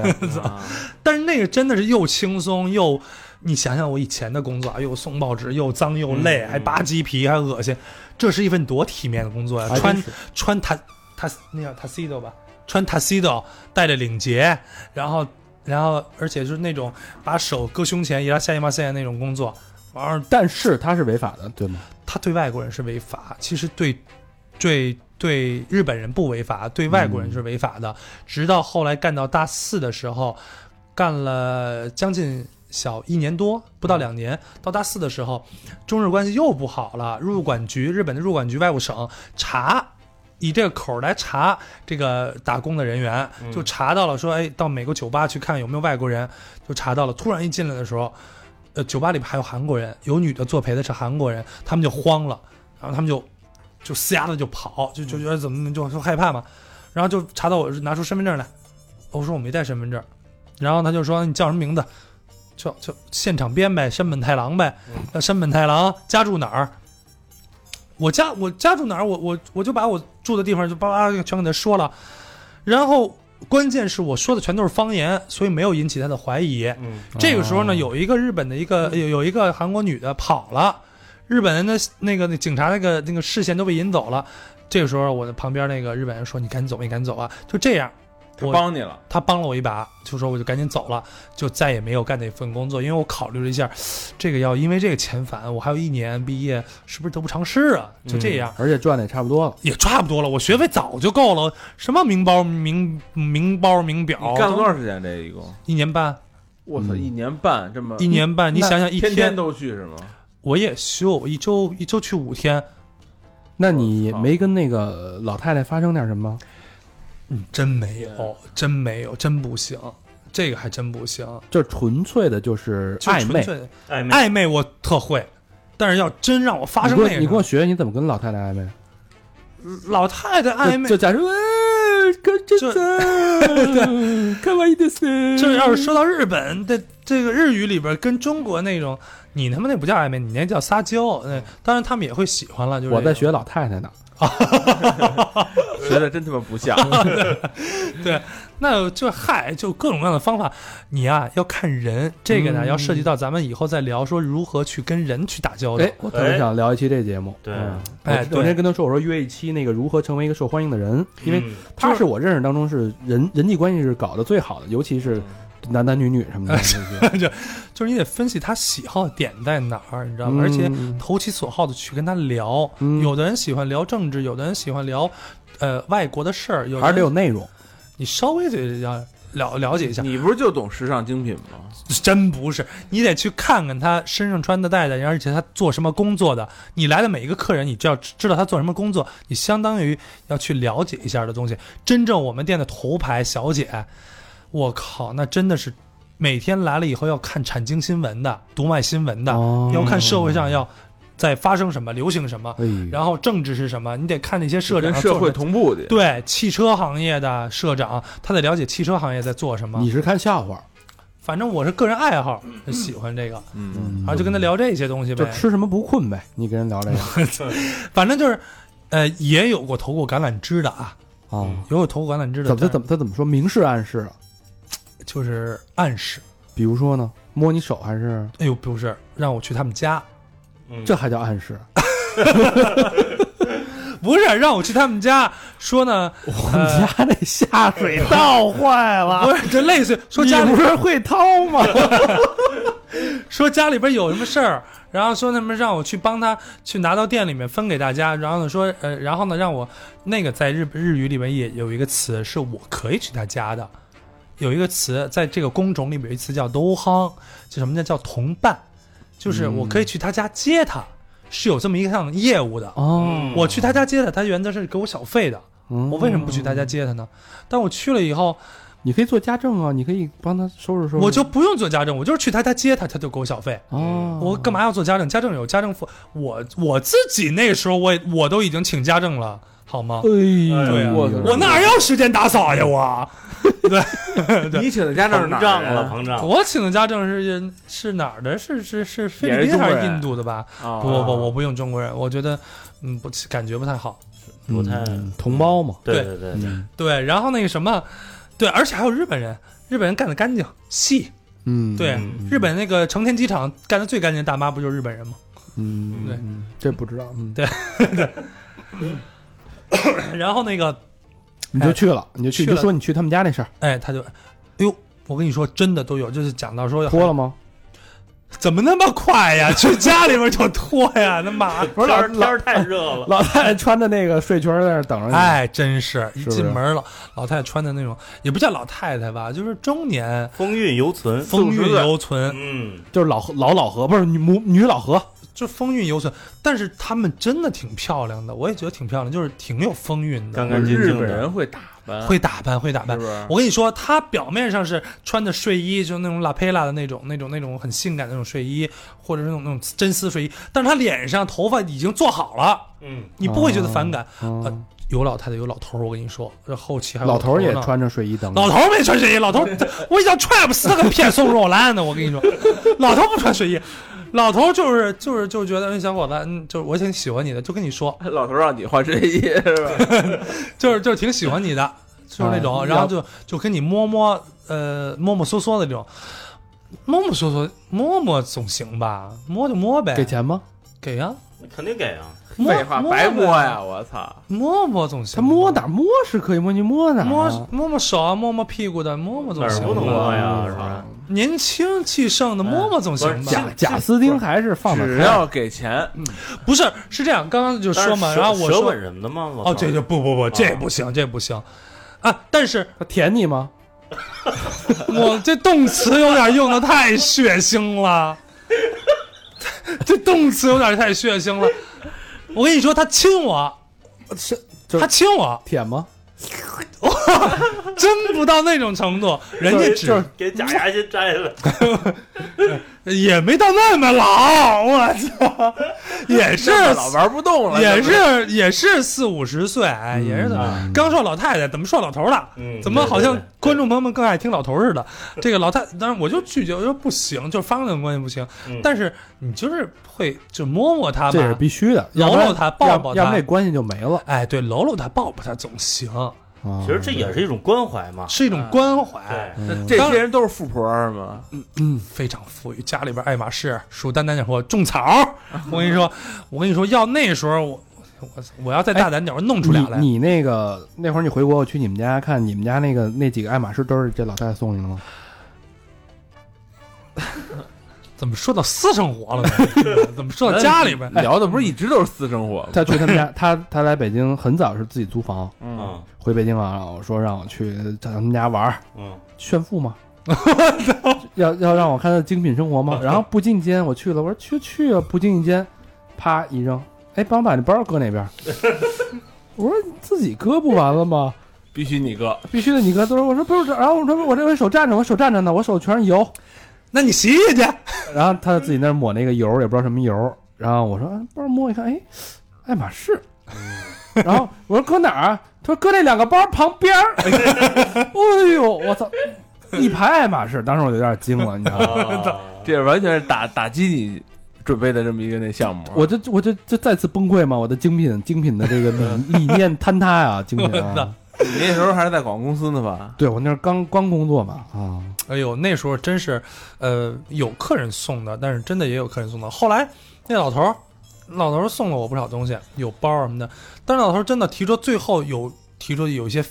Speaker 2: 啊，
Speaker 4: 啊
Speaker 3: 但是那个真的是又轻松又，你想想我以前的工作啊，又送报纸，又脏
Speaker 2: 嗯
Speaker 3: 又累，还扒鸡皮，还恶心，这是一份多体面的工作呀、
Speaker 2: 还真
Speaker 3: 穿
Speaker 2: 是
Speaker 3: 穿塔塔那叫 tuxedo 吧，穿 tuxedo，带着领结，然后然后而且就是那种把手搁胸前，也要下一马下那种工作，玩意儿
Speaker 2: 但是他是违法的，对吗？
Speaker 3: 他对外国人是违法，其实对对对日本人不违法，对外国人是违法的。直到后来干到大四的时候，干了将近小一年多，不到两年。到大四的时候，中日关系又不好了，入管局日本的入管局外务省查。以这个口儿来查这个打工的人员，
Speaker 4: 嗯
Speaker 3: 就查到了说，哎，到美国酒吧去看有没有外国人，就查到了。突然一进来的时候，呃，酒吧里边还有韩国人，有女的作陪的是韩国人，他们就慌了，然后他们就就嘶丫的就跑，就就觉得怎么就就害怕嘛，然后就查到我拿出身份证来，我说我没带身份证，然后他就说你叫什么名字，就就现场编呗，山本太郎呗，那山本太郎家住哪儿？我家我家住哪儿？我我我就把我住的地方就叭叭全给他说了，然后关键是我说的全都是方言，所以没有引起他的怀疑。
Speaker 5: 嗯
Speaker 3: 这个时候呢，
Speaker 2: 哦
Speaker 3: 有一个日本的
Speaker 4: 嗯
Speaker 3: 一个有有一个韩国女的跑了，日本人的那个那警察那个那个视线都被引走了。这个时候，我的旁边那个日本人说：“你赶紧走，你赶紧走啊！”就这样，
Speaker 4: 他
Speaker 3: 我
Speaker 4: 帮你了，
Speaker 3: 他帮了我一把，就说我就赶紧走了，就再也没有干那份工作，因为我考虑了一下，这个要因为这个遣返，我还有一年毕业，是不是得不偿失啊？就
Speaker 4: 嗯
Speaker 3: 这样。
Speaker 2: 而且赚的也差不多了，
Speaker 3: 也差不多了，我学费早就够了，什么名包名名包名表，
Speaker 4: 你干哦了多长时间这一共？
Speaker 3: 一年半，
Speaker 4: 我操，
Speaker 2: 嗯
Speaker 4: 一年半这么
Speaker 3: 嗯一年半，你
Speaker 2: 那
Speaker 3: 想想一
Speaker 4: 天天都去是吗？
Speaker 3: 我也休，一周一周去五天，
Speaker 2: 那你没跟那个老太太发生点什么？
Speaker 3: 真没有，真没有，真不行，这个还真不行，
Speaker 2: 就纯粹的就是
Speaker 3: 就
Speaker 2: 暧
Speaker 3: 纯
Speaker 2: 昧。
Speaker 3: 粹
Speaker 5: 暧昧
Speaker 3: 暧昧我特会，但是要真让我发
Speaker 2: 你
Speaker 3: 生
Speaker 2: 给我
Speaker 3: 那个，
Speaker 2: 你给我学学你怎么跟老太太暧昧？
Speaker 3: 老太太暧昧
Speaker 2: 就就，假如哎，跟这
Speaker 3: 这
Speaker 2: 这，看完一的是
Speaker 3: 这要是说到日本的这个日语里边跟中国那种，你他妈那不叫暧昧，你那叫撒娇，那当然他们也会喜欢了，就是
Speaker 2: 我在
Speaker 3: 这种
Speaker 2: 学老太太呢，
Speaker 4: 学的真他妈不 像，
Speaker 3: 那就嗨，就各种各样的方法，你呀、要看人，这个呢、
Speaker 2: 嗯
Speaker 3: 要涉及到咱们以后再聊说如何去跟人去打交道
Speaker 2: 哎。，我特别想聊一期这节目。
Speaker 5: 对
Speaker 2: 嗯我
Speaker 3: 哎
Speaker 2: 我那
Speaker 3: 对
Speaker 2: 天跟他说，我说约一期那个如何成为一个受欢迎的人，因为
Speaker 5: 嗯
Speaker 2: 他是我认识当中是人人际关系是搞得最好的，尤其是男男女女什么的，嗯
Speaker 3: 就是你得分析他喜好的点在哪儿，你知道吗？而且投其所好的去跟他聊，
Speaker 2: 嗯
Speaker 3: 有的人喜欢聊政治，有的人喜欢聊，呃，外国的事儿，有的
Speaker 2: 还是
Speaker 3: 人
Speaker 2: 得有内容。
Speaker 3: 你稍微得要了了解一下，
Speaker 4: 你不是就懂时尚精品吗？
Speaker 3: 真不是，你得去看看他身上穿的戴的，而且他做什么工作的。你来的每一个客人，你就要知道他做什么工作，你相当于要去了解一下的东西。真正我们店的头牌小姐，我靠，那真的是每天来了以后要看产经新闻的、读卖新闻的，
Speaker 2: 哦
Speaker 3: 要看社会上要在发生什么，流行什么，
Speaker 2: 哎呦，
Speaker 3: 然后政治是什么，你得看那些社长
Speaker 4: 跟社
Speaker 3: 做
Speaker 4: 会
Speaker 3: 什么
Speaker 4: 同步的，
Speaker 3: 对汽车行业的社长，他得了解汽车行业在做什么
Speaker 2: 你。是看笑话，
Speaker 3: 反正我是个人爱好，喜欢这个，
Speaker 4: 嗯，
Speaker 3: 然后就跟他聊这些东西
Speaker 2: 就
Speaker 3: 呗。
Speaker 2: 吃什么不困呗，你跟人聊这个 啊
Speaker 3: 反正就是，呃，也有过投过橄榄枝的啊，
Speaker 2: 啊。
Speaker 3: 也有投过橄榄枝的。
Speaker 2: 怎么他
Speaker 3: 但
Speaker 2: 怎么他怎么说明示暗示啊？
Speaker 3: 就是暗示？
Speaker 2: 比如说呢，摸你手还是
Speaker 3: 哎呦，不是，让我去他们家，
Speaker 5: 嗯
Speaker 2: 这还叫暗 示？啊
Speaker 3: 呃不是让我去他们家，说呢，
Speaker 2: 我们家那下水道坏了，
Speaker 3: 不是这类似于说
Speaker 2: 啊你
Speaker 3: 家里
Speaker 2: 不是会掏 吗？
Speaker 3: 说家里边有什么事儿，然后说那么让我去帮他去拿到店里面分给大家，然后呢说呃，然后呢让我那个在日日语里面也有一个词是我可以去他家的，有一个词在这个工种里面有一词叫 do hang，就什么呢叫同伴，就是我可以去他家接他，是有这么一项业务的。
Speaker 5: 嗯
Speaker 2: 哦，嗯
Speaker 3: 我去他家接他，他原则是给我小费的，嗯
Speaker 2: 我
Speaker 3: 我为什么不去他家接他呢？但我去了以后，
Speaker 2: 你可以做家政啊，你可以帮他收拾收拾。
Speaker 3: 我就不用做家政，我就是去他家接他，他就给我小费。
Speaker 2: 哦，
Speaker 3: 我干嘛要做家政？家政有家政服，我我自己那时候我也我都已经请家政了，好吗？
Speaker 2: 哎
Speaker 3: 对呀啊
Speaker 2: 呦，
Speaker 4: 我
Speaker 3: 我哪有时间打扫呀？
Speaker 4: 啊
Speaker 3: 我 对
Speaker 4: 你请的家政是
Speaker 5: 膨
Speaker 4: 哪儿
Speaker 5: 胀
Speaker 4: 人啊
Speaker 5: 了，膨胀。
Speaker 3: 我请的家政是是哪儿的？是是是菲
Speaker 4: 也
Speaker 3: 律
Speaker 4: 是
Speaker 3: 宾
Speaker 4: 中
Speaker 3: 还
Speaker 4: 国
Speaker 3: 是
Speaker 4: 人
Speaker 3: 印度的吧？
Speaker 4: 啊
Speaker 3: 不不不，我不用中国人，我觉得嗯不感觉不太好。
Speaker 5: 不太
Speaker 2: 嗯同胞嘛，
Speaker 5: 对
Speaker 3: 对
Speaker 5: 对对，
Speaker 2: 嗯
Speaker 3: 对，然后那个什么，对，而且还有日本人，日本人干得干净细。
Speaker 2: 嗯，
Speaker 3: 对，
Speaker 5: 嗯
Speaker 3: 日本那个成田机场干得最干净的大妈不就是日本人吗？
Speaker 2: 嗯，
Speaker 3: 对
Speaker 2: 嗯，这不知道，嗯，
Speaker 3: 然后那个
Speaker 2: 你就去了，你就去，
Speaker 3: 哎去
Speaker 2: 你
Speaker 3: 了
Speaker 2: 就说你去他们家那事儿，
Speaker 3: 哎，他就哎呦，我跟你说，真的都有，就是讲到说
Speaker 2: 脱了吗？
Speaker 3: 怎么那么快呀？去家里边就脱呀？那妈，
Speaker 2: 不是老
Speaker 5: 天儿天儿太热 了，
Speaker 2: 老太太穿着那个睡裙儿在那儿等着你，，
Speaker 3: 哎，真是一
Speaker 2: 是不是
Speaker 3: 进门老老太太穿的那种，也不叫老太太吧，就是中年
Speaker 5: 风韵犹存。
Speaker 3: 风韵犹存，
Speaker 5: 嗯，
Speaker 2: 就是老老老何，不是女母女老何，
Speaker 3: 就风韵犹存。但是她们真的挺漂亮的，我也觉得挺漂亮，就是挺有风韵的，
Speaker 5: 干干净
Speaker 4: 日
Speaker 5: 净
Speaker 4: 本人
Speaker 5: 的。
Speaker 4: 会打扮，
Speaker 3: 会打扮，会打
Speaker 4: 是
Speaker 3: 扮
Speaker 4: 不。是？
Speaker 3: 我跟你说，她表面上是穿的睡衣，就那种拉佩拉的那种、那种、那种很性感的那种睡衣，或者是那种那种真丝睡衣，但是她脸上头发已经做好了，
Speaker 5: 嗯，
Speaker 3: 你不会觉得反感。
Speaker 2: 嗯
Speaker 3: 呃，有老太太，有老头儿，我跟你说，这后期还有
Speaker 2: 老头儿也
Speaker 3: 呢
Speaker 2: 穿着睡衣等着
Speaker 3: 老头儿没穿睡衣，老头儿 我想踹不死他个骗送肉烂呢！我跟你说，老头儿不穿睡衣，老头儿就是就是就是觉得，嗯，小伙子，嗯，就是我挺喜欢你的，就跟你说，
Speaker 4: 老头让你换睡衣是吧？
Speaker 3: 就是就是挺喜欢你的，就是那种，
Speaker 2: 啊
Speaker 3: 然后就就跟你摸摸，呃，摸摸索索的这种，摸摸索索，摸摸总行吧，摸就摸呗，
Speaker 2: 给钱吗？
Speaker 3: 给呀、
Speaker 5: 肯定给啊。
Speaker 3: 摸
Speaker 4: 废话，白摸
Speaker 3: 摸呗
Speaker 4: 呀！我操，
Speaker 3: 摸摸总行
Speaker 2: 他
Speaker 3: 吧，
Speaker 2: 摸哪儿摸是可以摸，你摸哪儿啊
Speaker 3: 摸摸摸手啊，摸摸屁股的，摸摸总行
Speaker 5: 哪儿不能摸
Speaker 3: 吧，
Speaker 5: 呀是吧？
Speaker 3: 年轻气盛的摸摸总行
Speaker 5: 不
Speaker 3: 吧，
Speaker 5: 是
Speaker 2: 贾贾斯汀还是放得
Speaker 4: 只
Speaker 2: 开
Speaker 4: 要给钱，
Speaker 3: 不是，是这样，刚刚就说嘛，
Speaker 5: 但是舌
Speaker 3: 然后我
Speaker 5: 舌
Speaker 3: 说
Speaker 5: 吻，什么的吗？
Speaker 3: 哦，这就不不不，这不行，这不行，啊，但是
Speaker 2: 他舔你吗？
Speaker 3: 我这动词有点用的太血腥了， 这动词有点太血腥了。我跟你说，他亲我，
Speaker 2: 是
Speaker 3: 他亲我，
Speaker 2: 舔吗？
Speaker 3: 真不到那种程度，人家
Speaker 2: 就
Speaker 3: 只
Speaker 2: 是
Speaker 5: 给假牙先摘 了。
Speaker 3: 也没到那么老，我操，也是
Speaker 4: 这老玩不动了，这
Speaker 3: 也
Speaker 4: 不是
Speaker 3: 是也是四五十岁，哎也是怎么
Speaker 5: 嗯
Speaker 3: 刚说老太太，怎么说老头了？
Speaker 5: 嗯
Speaker 3: 怎么好
Speaker 5: 对
Speaker 3: 像
Speaker 5: 对对
Speaker 3: 观众朋友们更爱听老头似的？这个老太， 当然我就拒绝，我说不行，就是发生那种关系不行。
Speaker 5: 嗯
Speaker 3: 但是你就是会就摸摸她
Speaker 2: 这也是
Speaker 3: 吧，
Speaker 2: 必须的，
Speaker 3: 搂
Speaker 2: 要不然
Speaker 3: 搂他抱抱
Speaker 2: 要要不
Speaker 3: 他
Speaker 2: 然这关系就没了。
Speaker 3: 哎，对，搂搂她，抱抱她总行，
Speaker 2: 啊
Speaker 5: 其实这也是一种关怀嘛。哎
Speaker 3: 是一种关怀。
Speaker 5: 对，
Speaker 4: 这
Speaker 3: 当
Speaker 4: 些人都是富婆是吗？
Speaker 3: 嗯，非常富裕，家里边爱马仕、数丹丹点货、种草。我跟你说，我跟你说，要那时候我我我要再大胆点，我弄出俩来。
Speaker 2: 哎你你那个那会儿你回国，我去你们家看你们家那个那几个爱马仕都是这老太太送你 的吗？
Speaker 3: 怎么说到私生活 了呢？怎么说到家里边？
Speaker 2: 哎
Speaker 4: 聊的不是一直都是私生活吗？
Speaker 2: 她去他们家，她她来北京很早是自己租房，
Speaker 4: 嗯，
Speaker 5: 嗯
Speaker 2: 回北京啊，我说让我去他们家玩儿，
Speaker 5: 嗯，
Speaker 2: 炫富吗？要要让我看她的精品生活吗？然后不经意间我去了，我说去去啊，不经意间，啪一扔，哎，帮我把那包搁那边儿。我说你自己搁不完了吗？
Speaker 4: 必须你哥，
Speaker 2: 必须得你哥。他说我说不是，然后我说我这回手站着，我手站着呢，我手全是油。
Speaker 3: 那你洗洗去。
Speaker 2: 然后他自己那儿抹那个油，也不知道什么油，然后我说啊包摸一看，哎，爱马仕。然后我说搁哪儿啊？他说搁那两个包旁边儿。哎呦，我操！一排爱马仕，当时我就有点惊了，你知道吗？
Speaker 5: 啊
Speaker 4: 这完全是打打击你准备的这么一个那项目啊。
Speaker 2: 我这我这这再次崩溃嘛！我的精品精品的这个理理念坍塌呀、精 品啊！
Speaker 4: 你那时候还是在广告公司呢吧？
Speaker 2: 对我那儿刚刚工作嘛啊，
Speaker 3: 哎呦，那时候真是，呃，有客人送的，但是真的也有客人送的。后来那老头儿，老头儿送了我不少东西，有包什么的。但是老头儿真的提出最后有提出有一些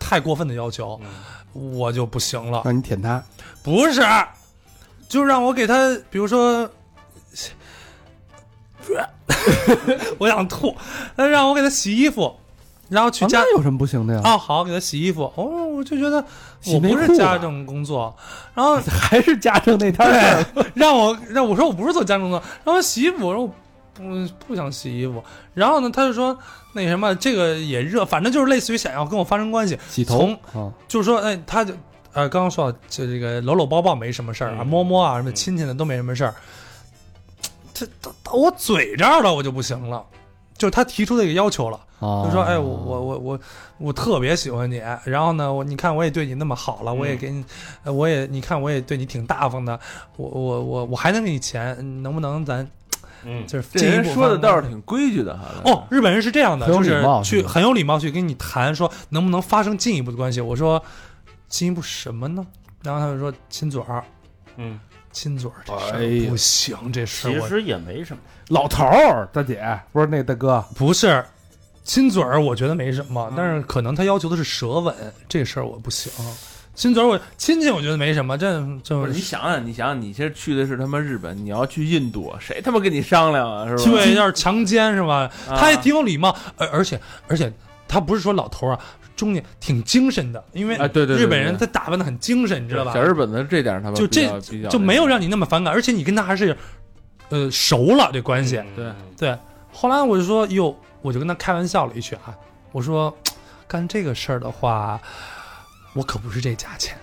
Speaker 3: 太过分的要求，
Speaker 2: 嗯
Speaker 3: 我就不行了。
Speaker 2: 啊让你舔它，
Speaker 3: 不是，就让我给他，比如说， 我想吐，他让我给他洗衣服，然后去
Speaker 2: 啊
Speaker 3: 家
Speaker 2: 那有什么不行的呀？
Speaker 3: 哦，好，给他洗衣服。哦，我就觉得
Speaker 2: 洗
Speaker 3: 我
Speaker 2: 内
Speaker 3: 不是
Speaker 2: 裤啊
Speaker 3: 家政工作，然后
Speaker 2: 还是家政那摊儿
Speaker 3: 对，让我让我说我不是做家政工作，然后洗衣服，我说我不不想洗衣服。然后呢，他就说那什么，这个也热，反正就是类似于想要跟我发生关系，
Speaker 2: 洗头
Speaker 3: 从
Speaker 2: 啊，
Speaker 3: 就是说，哎，他就呃，刚刚说到这这个搂搂抱抱没什么事儿啊，
Speaker 5: 嗯
Speaker 3: 摸摸啊，什么
Speaker 5: 嗯
Speaker 3: 亲亲的都没什么事儿。这到到我嘴这儿了，我就不行了，就是他提出这个要求了。
Speaker 2: 就
Speaker 3: 就说哎，我我我我我特别喜欢你，然后呢，我你看我也对你那么好了，我
Speaker 4: 嗯
Speaker 3: 也给你，呃我也你看我也对你挺大方的，我我我我还能给你钱，嗯能不能咱
Speaker 5: 嗯，
Speaker 3: 就是
Speaker 4: 这
Speaker 3: 进一
Speaker 4: 人
Speaker 3: 步
Speaker 4: 说的
Speaker 3: 发展
Speaker 4: 倒是挺规矩的哈。
Speaker 3: 哦，，日本人是这样的，
Speaker 2: 很有礼
Speaker 3: 就是
Speaker 2: 貌是
Speaker 3: 去
Speaker 2: 吧
Speaker 3: 很有礼貌去跟你谈说能不能发生进一步的关系。我说进一步什么呢？然后他就说亲嘴儿，
Speaker 5: 嗯，
Speaker 3: 亲嘴儿这事
Speaker 2: 哎呀
Speaker 3: 儿不行，这事
Speaker 5: 其
Speaker 3: 儿我
Speaker 5: 实也没什么，
Speaker 2: 老头儿大姐不是那大哥，
Speaker 3: 不是亲嘴儿，我觉得没什么，
Speaker 4: 嗯
Speaker 3: 但是可能他要求的是舌吻，这事儿我不行。亲嘴儿我亲亲，我觉得没什么，这
Speaker 4: 不
Speaker 3: 这
Speaker 4: 是，你想想，你想想，你这去的是他妈日本，你要去印度，谁他妈跟你商量啊？是吧？
Speaker 3: 对，要是强奸是吧？
Speaker 4: 啊
Speaker 3: 他也挺有礼貌，而而且而且他不是说老头儿啊，中年挺精神的，因为
Speaker 4: 啊对对对对
Speaker 3: 日本人他打扮的很精神，你知道吧？
Speaker 4: 小日本的这点儿他妈
Speaker 3: 就
Speaker 4: 比
Speaker 3: 这
Speaker 4: 较比较
Speaker 3: 就没有让你那么反感，而且你跟他还是呃熟了这关系。
Speaker 5: 嗯
Speaker 4: 对
Speaker 3: 对，后来我就说哟，我就跟他开玩笑了一句啊，我说干这个事儿的话，我可不是这价钱，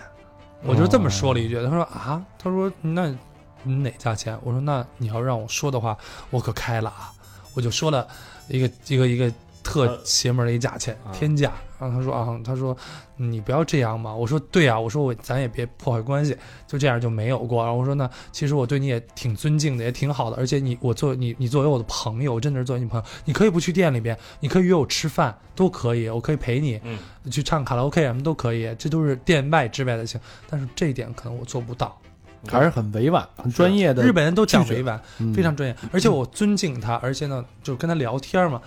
Speaker 3: 我就这么说了一句。他说啊，他说那你哪价钱？我说那你要让我说的话，我可开了啊，我就说了一个一个一个。特
Speaker 5: 呃
Speaker 3: 邪门的一价钱，
Speaker 5: 啊
Speaker 3: 天价。然后他说啊，他说你不要这样嘛。我说对啊，我说我咱也别破坏关系，就这样就没有过。然后我说那其实我对你也挺尊敬的，也挺好的，而且你我作为你你作为我的朋友，我真的是作为你朋友，你可以不去店里边，你可以约我吃饭，都可以，我可以陪你
Speaker 5: 嗯，
Speaker 3: 去唱卡拉 OK 啊什么都可以，这都是店外之外的情。但是这一点可能我做不到。
Speaker 2: 还是很委婉、很专业的。
Speaker 3: 日本人都讲
Speaker 2: 拒绝
Speaker 3: 委婉，
Speaker 2: 嗯
Speaker 3: 非常专业，而且我尊敬他，而且呢，就跟他聊天嘛，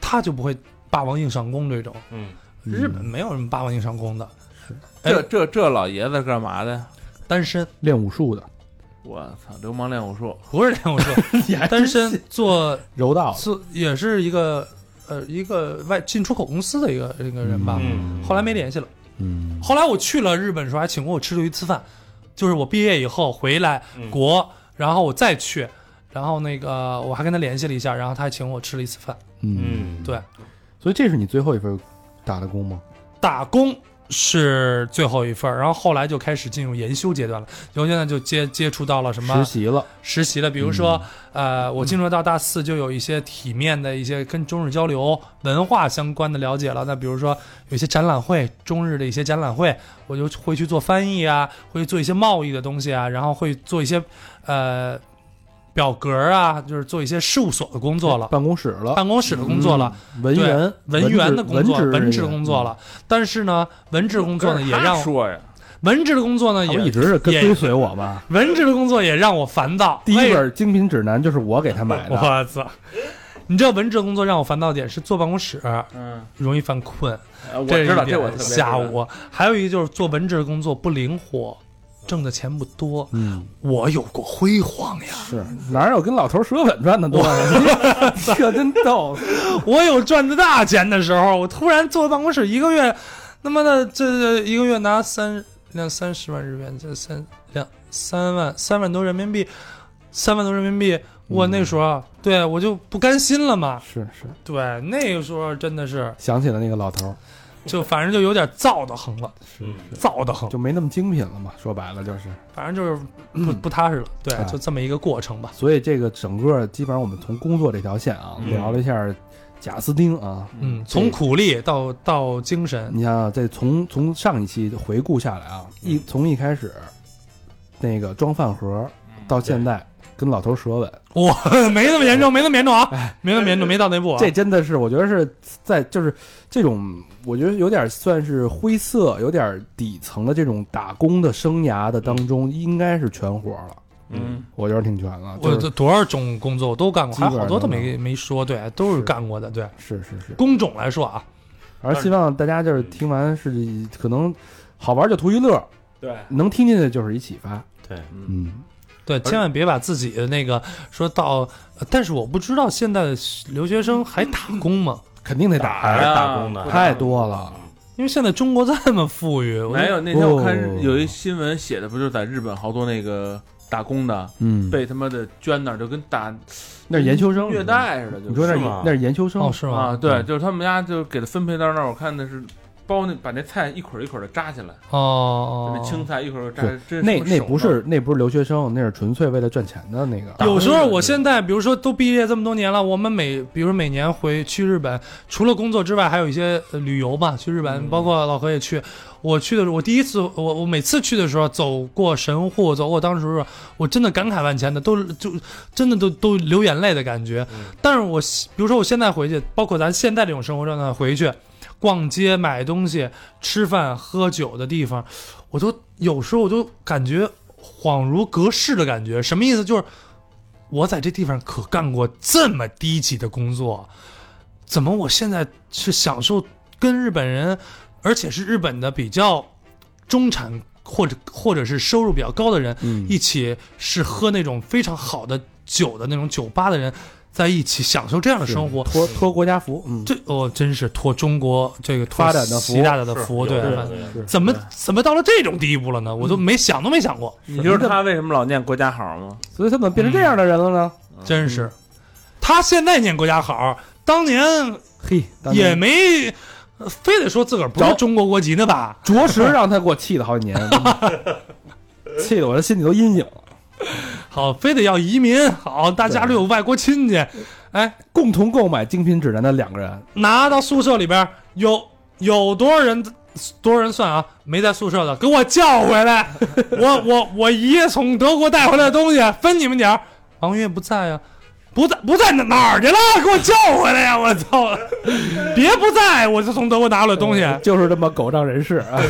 Speaker 3: 他就不会霸王硬上弓这种。
Speaker 5: 嗯，
Speaker 2: 嗯
Speaker 3: 日本没有什么霸王硬上弓的，哎
Speaker 4: 这这这老爷子干嘛的呀？
Speaker 3: 单身
Speaker 2: 练武术的，
Speaker 4: 我操，流氓练武术，
Speaker 3: 不是这 样说，
Speaker 2: 你还
Speaker 3: 单身做
Speaker 2: 柔道的
Speaker 3: 是也是一个呃一个外进出口公司的一个一个人吧，
Speaker 5: 嗯
Speaker 3: 后来没联系了。
Speaker 2: 嗯，
Speaker 3: 后来我去了日本的时候，还请过我吃了一次饭，就是我毕业以后回来
Speaker 5: 嗯
Speaker 3: 国，然后我再去，然后那个我还跟他联系了一下，然后他还请我吃了一次饭。
Speaker 2: 嗯，
Speaker 5: 嗯，
Speaker 3: 对，
Speaker 2: 所以这是你最后一份打的工吗？
Speaker 3: 打工是最后一份儿，然后后来就开始进入研修阶段了。研究阶段就接接触到了什么
Speaker 2: 实习嗯了，
Speaker 3: 实习了，比如说，呃，我进入到大四就有一些体面的一些跟中日交流文化相关的了解了。那比如说有一些展览会，中日的一些展览会，我就会去做翻译啊，会去做一些贸易的东西啊，然后会做一些呃表格啊，就是做一些事务所的工作了，
Speaker 2: 办公室了，
Speaker 3: 办公室的工
Speaker 2: 嗯
Speaker 3: 作了，
Speaker 2: 文员、
Speaker 3: 文员的工作，
Speaker 2: 文
Speaker 3: 文职
Speaker 2: 人嗯
Speaker 3: 的工作，了。但是呢，文职的工作呢
Speaker 4: 跟
Speaker 3: 也
Speaker 4: 他
Speaker 3: 让我
Speaker 4: 说呀，
Speaker 3: 文职的工作呢
Speaker 2: 他不一
Speaker 3: 也
Speaker 2: 直是跟
Speaker 3: 也
Speaker 2: 追随我吗？
Speaker 3: 文职的工作也让我烦躁。
Speaker 2: 第一
Speaker 3: 为
Speaker 2: 本精品指南就是我给他买的，
Speaker 3: 我操！你知道文职工作让我烦躁点是坐办公室
Speaker 4: 嗯，
Speaker 3: 容易犯困，
Speaker 4: 呃我
Speaker 3: 这是
Speaker 4: 知道，
Speaker 3: 一
Speaker 4: 这我特
Speaker 3: 点
Speaker 4: 别知
Speaker 3: 吓
Speaker 4: 道。
Speaker 3: 我。还有一个就是做文职工作不灵活，挣的钱不多。
Speaker 2: 嗯，
Speaker 3: 我有过辉煌呀，
Speaker 2: 是哪有跟老头舌吻赚的多呀？这真逗，
Speaker 3: 我有赚的大钱的时候，我突然坐办公室一个月，他妈的这一个月拿三两三十万日元，这三两三万三万多人民币，三万多人民
Speaker 2: 嗯
Speaker 3: 币，我那时候啊对我就不甘心了嘛。
Speaker 2: 是是，
Speaker 3: 对，那个时候真的是。
Speaker 2: 想起了那个老头儿，
Speaker 3: 就反正就有点燥的很了，
Speaker 5: 嗯，
Speaker 3: 燥的很，
Speaker 2: 就没那么精品了嘛。说白了就是，
Speaker 3: 反正就是不不踏实了。对
Speaker 2: 哎，
Speaker 3: 就这么一个过程吧。
Speaker 2: 所以这个整个基本上我们从工作这条线啊，
Speaker 4: 嗯
Speaker 2: 聊了一下贾斯汀啊。
Speaker 3: 嗯，从苦力到到精神，
Speaker 2: 你想想，这从从上一期回顾下来啊，
Speaker 3: 嗯
Speaker 2: 一从一开始那个装饭盒
Speaker 3: 嗯
Speaker 2: 到现在跟老头舌吻，
Speaker 3: 哇，没那么 严重，没那么严重
Speaker 2: 哎
Speaker 3: 啊，没那么严重，没到那步啊。
Speaker 2: 这真的是，我觉得是在就是这种，我觉得有点算是灰色、有点底层的这种打工的生涯的
Speaker 3: 嗯
Speaker 2: 当中，应该是全活了。
Speaker 4: 嗯，
Speaker 2: 我觉得挺全了，
Speaker 3: 我
Speaker 2: 啊就
Speaker 3: 这
Speaker 2: 是
Speaker 3: 多少种工作我都干过，
Speaker 2: 基本
Speaker 3: 还
Speaker 2: 上
Speaker 3: 好多都
Speaker 2: 都
Speaker 3: 没没说，对，都是
Speaker 2: 是
Speaker 3: 干过的，对。
Speaker 2: 是是是。
Speaker 3: 工种来说啊，
Speaker 2: 而希望大家就是听完是可能好玩就图一乐，
Speaker 4: 对，
Speaker 2: 能听进去就是一启发。
Speaker 5: 对，
Speaker 2: 嗯，
Speaker 3: 对，千万别把自己的那个说到，呃但是我不知道现在的留学生还打工吗？
Speaker 2: 肯定得
Speaker 5: 打
Speaker 2: 打
Speaker 5: 呀
Speaker 2: 呀，
Speaker 5: 打工的
Speaker 2: 太多了。
Speaker 3: 因为现在中国这么富裕，我觉得
Speaker 4: 没有，那天我看
Speaker 2: 哦
Speaker 4: 有一新闻写的，不就是在日本好多那个打工的
Speaker 2: 嗯，
Speaker 4: 被他妈的捐那儿，就跟打
Speaker 2: 那是研究生，
Speaker 4: 虐待似的，就
Speaker 2: 你说那
Speaker 4: 是
Speaker 2: 是
Speaker 5: 是吗
Speaker 2: 那是研究生
Speaker 3: 哦，，是
Speaker 4: 啊，
Speaker 3: 吗？
Speaker 4: 对，就是他们家就给他分配到那儿，我看的是包那把那菜一捆儿一捆的扎起来，就
Speaker 3: 哦
Speaker 4: 那，青菜一捆儿一捆儿扎，真
Speaker 2: 那
Speaker 4: 他妈
Speaker 2: 那
Speaker 4: 手
Speaker 2: 不
Speaker 4: 呢
Speaker 2: 是那不是留学生，那是纯粹为了赚钱的那个。
Speaker 3: 有时候我现在，比如说都毕业这么多年了，我们每，比如每年回去日本，除了工作之外，还有一些呃旅游吧，去日本，包括老何也去。我去的时候，我第一次，我我每次去的时候，走过神户，走过当时，我真的感慨万千的，都就真的都都流眼泪的感觉。但是我比如说我现在回去，包括咱现在这种生活状态回去，逛街买东西、吃饭、喝酒的地方，我都有时候我都感觉恍如隔世的感觉。什么意思？就是我在这地方可干过这么低级的工作，怎么我现在是享受跟日本人，而且是日本的比较中产或者或者是收入比较高的人
Speaker 2: 嗯
Speaker 3: 一起是喝那种非常好的酒的那种酒吧的人在一起享受这样的生活。
Speaker 2: 托托国家福，嗯，
Speaker 3: 这哦，真是托中国这个托
Speaker 2: 发展的福
Speaker 3: 习大大的福，
Speaker 5: 是
Speaker 3: 对，
Speaker 5: 有
Speaker 3: 发
Speaker 5: 的
Speaker 2: 是
Speaker 3: 怎么怎么到了这种地步了呢？我都没想都没想过，
Speaker 4: 你就是他为什么老念国家好吗？
Speaker 2: 所以他怎么变成这样的人了呢？
Speaker 3: 真是。他现在念国家好，当年
Speaker 2: 嘿，当
Speaker 3: 也
Speaker 2: 年
Speaker 3: 没呃非得说自个儿不是
Speaker 2: 找
Speaker 3: 中国国籍呢吧？
Speaker 2: 着实让他给我气了好几年，气得我这心里都阴影了。
Speaker 3: 好，非得要移民，好，大家都有外国亲戚，哎，
Speaker 2: 共同购买精品指南的两个人，
Speaker 3: 拿到宿舍里边有有多少人？多少人算啊？没在宿舍的，给我叫回来！我我我爷从德国带回来的东西分你们点儿。王月不在啊，不在不在哪哪儿去了？给我叫回来呀、我操！别不在，我就从德国拿回来的东西，
Speaker 2: 就是这么狗仗人势啊！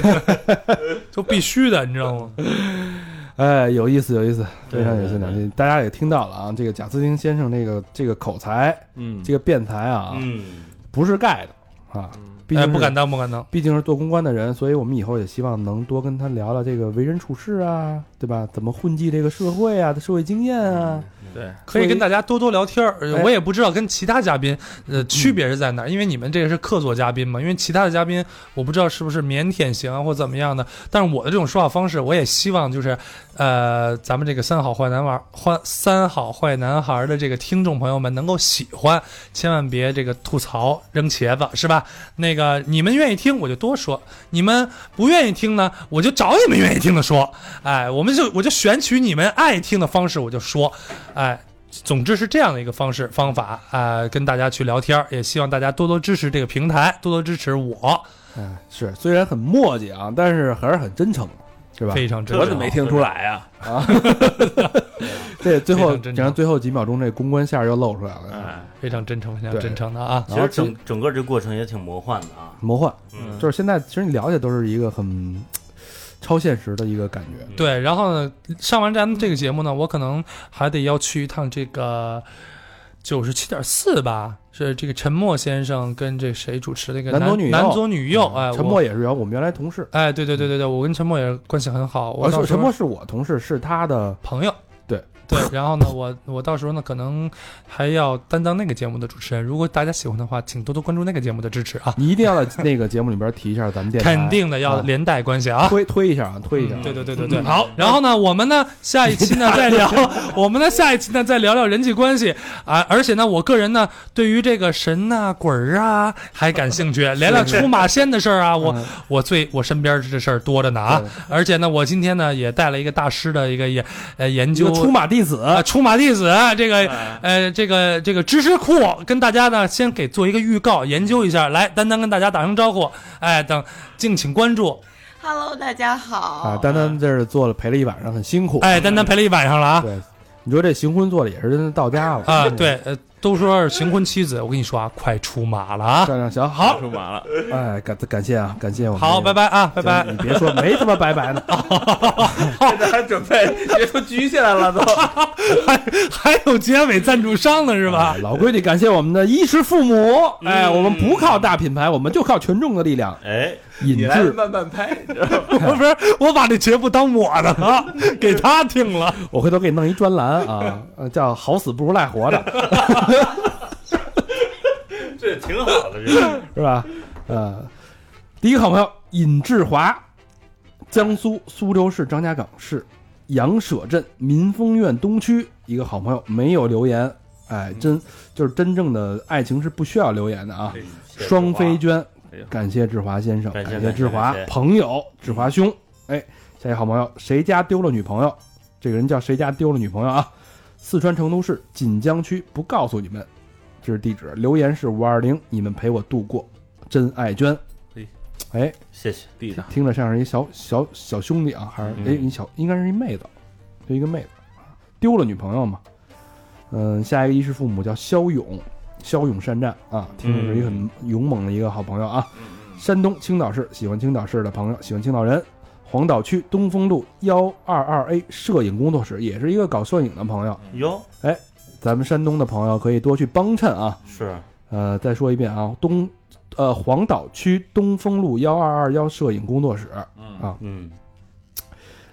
Speaker 3: 就必须的，你知道吗？
Speaker 2: 哎，有意思，有意思，非常有
Speaker 5: 对
Speaker 2: 意思，
Speaker 5: 对
Speaker 2: 两句大家也听到了啊，这个贾斯汀先生这个这个口才，
Speaker 4: 嗯，
Speaker 2: 这个辩才啊，
Speaker 5: 嗯，
Speaker 2: 不是盖的啊，毕竟
Speaker 3: 哎，
Speaker 2: 是
Speaker 3: 不敢当，不敢当。
Speaker 2: 毕竟是做公关的人，所以我们以后也希望能多跟他聊聊这个为人处事啊，对吧？怎么混迹这个社会啊，社会经验啊，
Speaker 4: 对，
Speaker 3: 可以跟大家多多聊天儿。
Speaker 2: 哎
Speaker 3: 呃我也不知道跟其他嘉宾呃区别是在哪儿，因为你们这个是客座嘉宾嘛，因为其他的嘉宾我不知道是不是腼腆型啊或怎么样的，但是我的这种说话方式，我也希望就是呃咱们这个三好坏男娃坏三好坏男孩儿的这个听众朋友们能够喜欢，千万别这个吐槽扔茄子是吧？那个你们愿意听我就多说，你们不愿意听呢，我就找你们愿意听的说，哎，我们就我就选取你们爱听的方式我就说，哎。总之是这样的一个方式方法啊、呃跟大家去聊天儿，也希望大家多多支持这个平台，多多支持我，
Speaker 2: 哎，是虽然很墨迹啊，但是还是很真诚，是吧？
Speaker 3: 非常真
Speaker 4: 我
Speaker 3: 诚。
Speaker 4: 怎么没听出来啊呀？
Speaker 2: 对，最
Speaker 3: 非
Speaker 2: 后
Speaker 3: 常真
Speaker 2: 然后
Speaker 3: 诚
Speaker 2: 最后几秒钟这公关线儿又露出来了，
Speaker 4: 哎，
Speaker 3: 非常真诚，非常
Speaker 2: 对
Speaker 3: 真诚的啊！
Speaker 2: 然
Speaker 5: 其
Speaker 2: 后
Speaker 5: 实
Speaker 2: 其实
Speaker 5: 整整个这过程也挺魔幻的啊，
Speaker 2: 魔幻，
Speaker 5: 嗯，
Speaker 2: 就是现在其实你了解都是一个很超现实的一个感觉，
Speaker 3: 对，然后呢，上完咱们这个节目呢，我可能还得要去一趟这个九十七点四吧，是这个陈默先生跟这谁主持的一个
Speaker 2: 男左女右嗯
Speaker 3: 男左女右，哎，
Speaker 2: 陈
Speaker 3: 我嗯
Speaker 2: 默也是原我们原来同事，呃
Speaker 3: 哎，对对对对对，我跟陈默也关系很好，我
Speaker 2: 而且
Speaker 3: 到时
Speaker 2: 哦陈
Speaker 3: 候
Speaker 2: 默是我同事，是他的
Speaker 3: 朋友，
Speaker 2: 对
Speaker 3: 对，然后呢，我我到时候呢，可能还要担当那个节目的主持人。如果大家喜欢的话，请多多关注那个节目的支持啊，
Speaker 2: 你一定要在那个节目里边提一下咱们电台，
Speaker 3: 肯定的要
Speaker 2: 啊
Speaker 3: 连带关 系啊。
Speaker 2: 推推一下啊，推一下。
Speaker 3: 对对对对对，好。然后呢，我们呢下一期呢 再聊，我们呢下一期呢再聊聊人际关系啊。而且呢，我个人呢对于这个神呐、鬼儿啊还感兴趣，聊聊出马仙的事儿啊，我
Speaker 2: 嗯
Speaker 3: 我最我身边这事儿多着呢啊
Speaker 2: 对。
Speaker 3: 而且呢，我今天呢也带了一个大师的一个研呃研
Speaker 2: 一个
Speaker 3: 究
Speaker 2: 出马弟子，
Speaker 3: 啊，出马弟子这个呃这个这个知识库，跟大家呢先给做一个预告，研究一下。来，丹丹跟大家打声招呼，哎，等敬请关注。
Speaker 6: Hello，大家好。
Speaker 2: 啊，丹丹这是做了陪了一晚上，很辛苦。
Speaker 3: 哎，丹丹陪了一晚上了啊
Speaker 2: 对，你说这行婚做的也是真的到家了嗯
Speaker 3: 啊，，对，呃，都说是行婚妻子，我跟你说啊，快出马了啊。
Speaker 2: 漂亮行好，
Speaker 3: 好，
Speaker 4: 说完 了，
Speaker 2: 哎，感感谢啊，感谢我们。嗯
Speaker 3: 好，拜。拜啊，拜拜。
Speaker 2: 你别说，没他妈拜拜呢。
Speaker 4: 现在还准备别说举起来了都。
Speaker 3: 还有结尾赞助商呢是吧
Speaker 2: 哎？老规矩，感谢我们的衣食父母。
Speaker 4: 嗯
Speaker 2: 哎，我们不靠大品牌，我们就靠群众的力量
Speaker 5: 哎，
Speaker 2: 引
Speaker 4: 你来
Speaker 2: 制。
Speaker 4: 慢慢拍，
Speaker 3: 我不是，我把这节目当我的了，给他听了。
Speaker 2: 我回头给你弄一专栏啊，呃叫“好死不如赖活着
Speaker 5: 这挺好的，这个”，
Speaker 2: 是吧？呃，第一个好朋友尹志华，江苏苏州市张家港市杨舍镇民丰苑东区一个好朋友，没有留言。哎，真就是真正的爱情是不需要留言的啊。 双飞娟
Speaker 4: 哎呦，
Speaker 2: 感谢志华先生，
Speaker 5: 感谢
Speaker 2: 感
Speaker 5: 感谢
Speaker 2: 志华
Speaker 5: 感谢嗯
Speaker 2: 朋友，志华兄。哎，下一个好朋友，谁家丢了女朋友？这个人叫谁家丢了女朋友啊？四川成都市锦江区，不告诉你们，这是地址。留言是五二零，你们陪我度过。真爱娟
Speaker 4: 哎，
Speaker 2: 哎，
Speaker 5: 谢谢，
Speaker 4: 地上
Speaker 2: 听着像是一小小小兄弟啊，还是哎一小应该是一妹子，就一个妹子，丢了女朋友嘛。嗯，下一个衣食父母叫骁勇，骁勇善战啊，听着是一个很勇猛的一个好朋友啊。山东青岛市喜欢青岛市的朋友，喜欢青岛人，黄岛区东风路幺二二 A 摄影工作室，也是一个搞摄影的朋友。
Speaker 5: 哟，
Speaker 2: 咱们山东的朋友可以多去帮衬啊。
Speaker 5: 是
Speaker 2: 呃，再说一遍啊，东呃黄岛区东风路幺二二幺摄影工作室，
Speaker 4: 啊
Speaker 5: 嗯，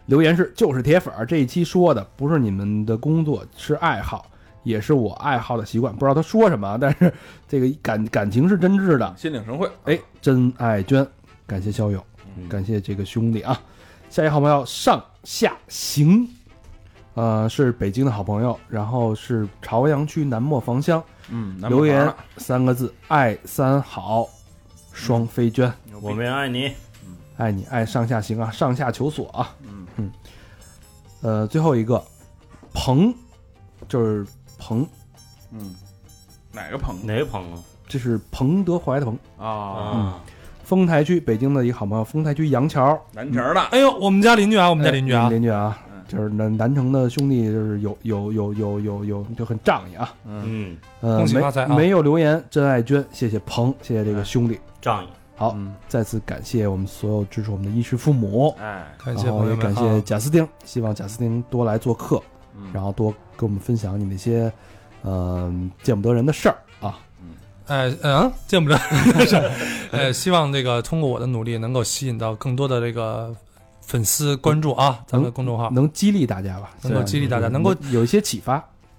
Speaker 2: 留言是就是铁粉儿这一期说的不是你们的工作，是爱好，也是我爱好的习惯。不知道他说什么啊，但是这个感感情是真挚 的。
Speaker 4: 心领神会。
Speaker 2: 哎，真爱娟，感谢肖勇，
Speaker 5: 嗯
Speaker 2: 感谢这个兄弟啊。下一个好朋友上下行，呃，是北京的好朋友，然后是朝阳区南磨房乡，
Speaker 4: 嗯，咱们
Speaker 2: 留
Speaker 4: 玩
Speaker 2: 言
Speaker 4: 了
Speaker 2: 三个字：爱三好，双飞娟。
Speaker 4: 牛逼
Speaker 5: 我们也爱你，
Speaker 2: 爱你爱上下行啊，上下求索啊。嗯呃，最后一个，彭，就是彭，
Speaker 4: 嗯，哪个朋友
Speaker 5: 哪个朋友
Speaker 2: 这是彭德怀的彭。
Speaker 4: 啊？
Speaker 5: 啊？
Speaker 2: 丰台区北京的一个好朋友，丰台区杨桥，
Speaker 4: 南城的，
Speaker 3: 哎呦，我们家邻居啊，我们家邻居
Speaker 2: 哎
Speaker 3: 啊，
Speaker 2: 邻居啊
Speaker 4: 嗯，
Speaker 2: 就是南南城的兄弟，就是有有有有有有就很仗义啊。
Speaker 5: 嗯，
Speaker 2: 呃
Speaker 3: 恭，喜
Speaker 2: 没
Speaker 3: 发财啊
Speaker 2: 没有留言，真爱娟，谢谢彭，谢谢这个
Speaker 4: 哎
Speaker 2: 兄弟。
Speaker 5: 仗义，
Speaker 2: 好，
Speaker 4: 嗯
Speaker 2: 再次感谢我们所有支持我们的衣食父母。
Speaker 4: 哎，
Speaker 3: 感谢
Speaker 2: 然后
Speaker 3: 朋
Speaker 2: 也
Speaker 3: 友
Speaker 2: 感
Speaker 3: 们啊，
Speaker 2: 谢贾斯汀，希望贾斯汀多来做客，
Speaker 3: 嗯
Speaker 2: 然后多给我们分享你那些，嗯，见不得人的事儿啊。
Speaker 3: 哎嗯，见不着， 呃，希望这个通过我的努力，能够吸引到更多的这个粉丝关注啊，咱们的公众号，
Speaker 2: 能激励大家吧？
Speaker 3: 能
Speaker 2: 希
Speaker 3: 够
Speaker 2: 望
Speaker 3: 激励大家
Speaker 2: 就是
Speaker 3: 能够
Speaker 2: 有一些启发，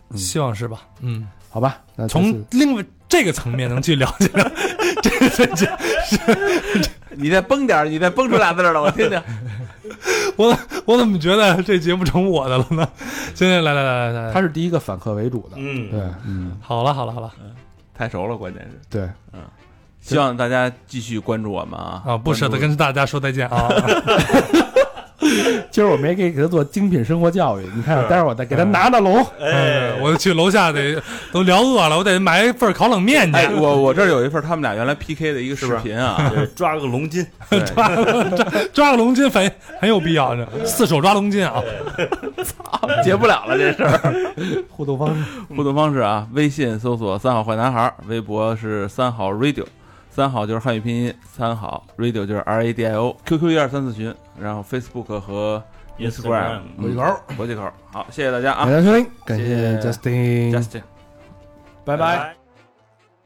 Speaker 2: 嗯啊
Speaker 3: 希望是吧？嗯，
Speaker 2: 好吧？那这
Speaker 3: 从
Speaker 2: 次
Speaker 3: 另外这个层面能去了解了这这这，
Speaker 4: 你再崩点儿，你再崩出俩字儿 来，我听听。
Speaker 3: 我我怎么觉得这节目成我的了呢？ 行行，来来来来
Speaker 2: 他
Speaker 3: 来，
Speaker 2: 是第一个反客为主的，对
Speaker 5: 嗯，，
Speaker 2: 嗯，
Speaker 3: 好了好了好了
Speaker 4: 太熟了，关键是
Speaker 2: 对，
Speaker 4: 希望大家继续关注我们啊
Speaker 3: 啊，不舍得跟大家说再见啊，
Speaker 2: 今儿我没给给他做精品生活教育，你看，待会儿我再给他
Speaker 3: 嗯
Speaker 2: 拿拿笼。
Speaker 3: 哎，我去楼下得都聊饿了，我得买一份烤冷面去
Speaker 4: 哎，。我我这儿有一份他们俩原来 PK 的一个视频 啊，
Speaker 5: 对嗯抓个龙筋，
Speaker 4: 对
Speaker 3: 抓个龙筋很很有必要呢，四手抓龙筋啊！
Speaker 4: 解不了了这事儿。
Speaker 2: 互动方式，
Speaker 4: 互动方式啊，微信搜索“三好坏男孩儿”，微博是“三好 radio”，三好就是汉语拼音，三好 radio 就是 R A D I O，QQ 一二三四群，然后 Facebook 和 Instagram
Speaker 5: Instagram
Speaker 4: 国际口，国际口。好，谢谢大家
Speaker 2: 感
Speaker 4: 啊
Speaker 2: 谢收听，感
Speaker 4: 谢
Speaker 2: 谢
Speaker 4: 谢
Speaker 2: Justin，
Speaker 4: ，Justin。
Speaker 2: 拜拜。
Speaker 7: Thank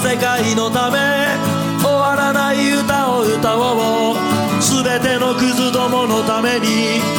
Speaker 7: 世界のため終わらない歌を歌おう全てのクズどものために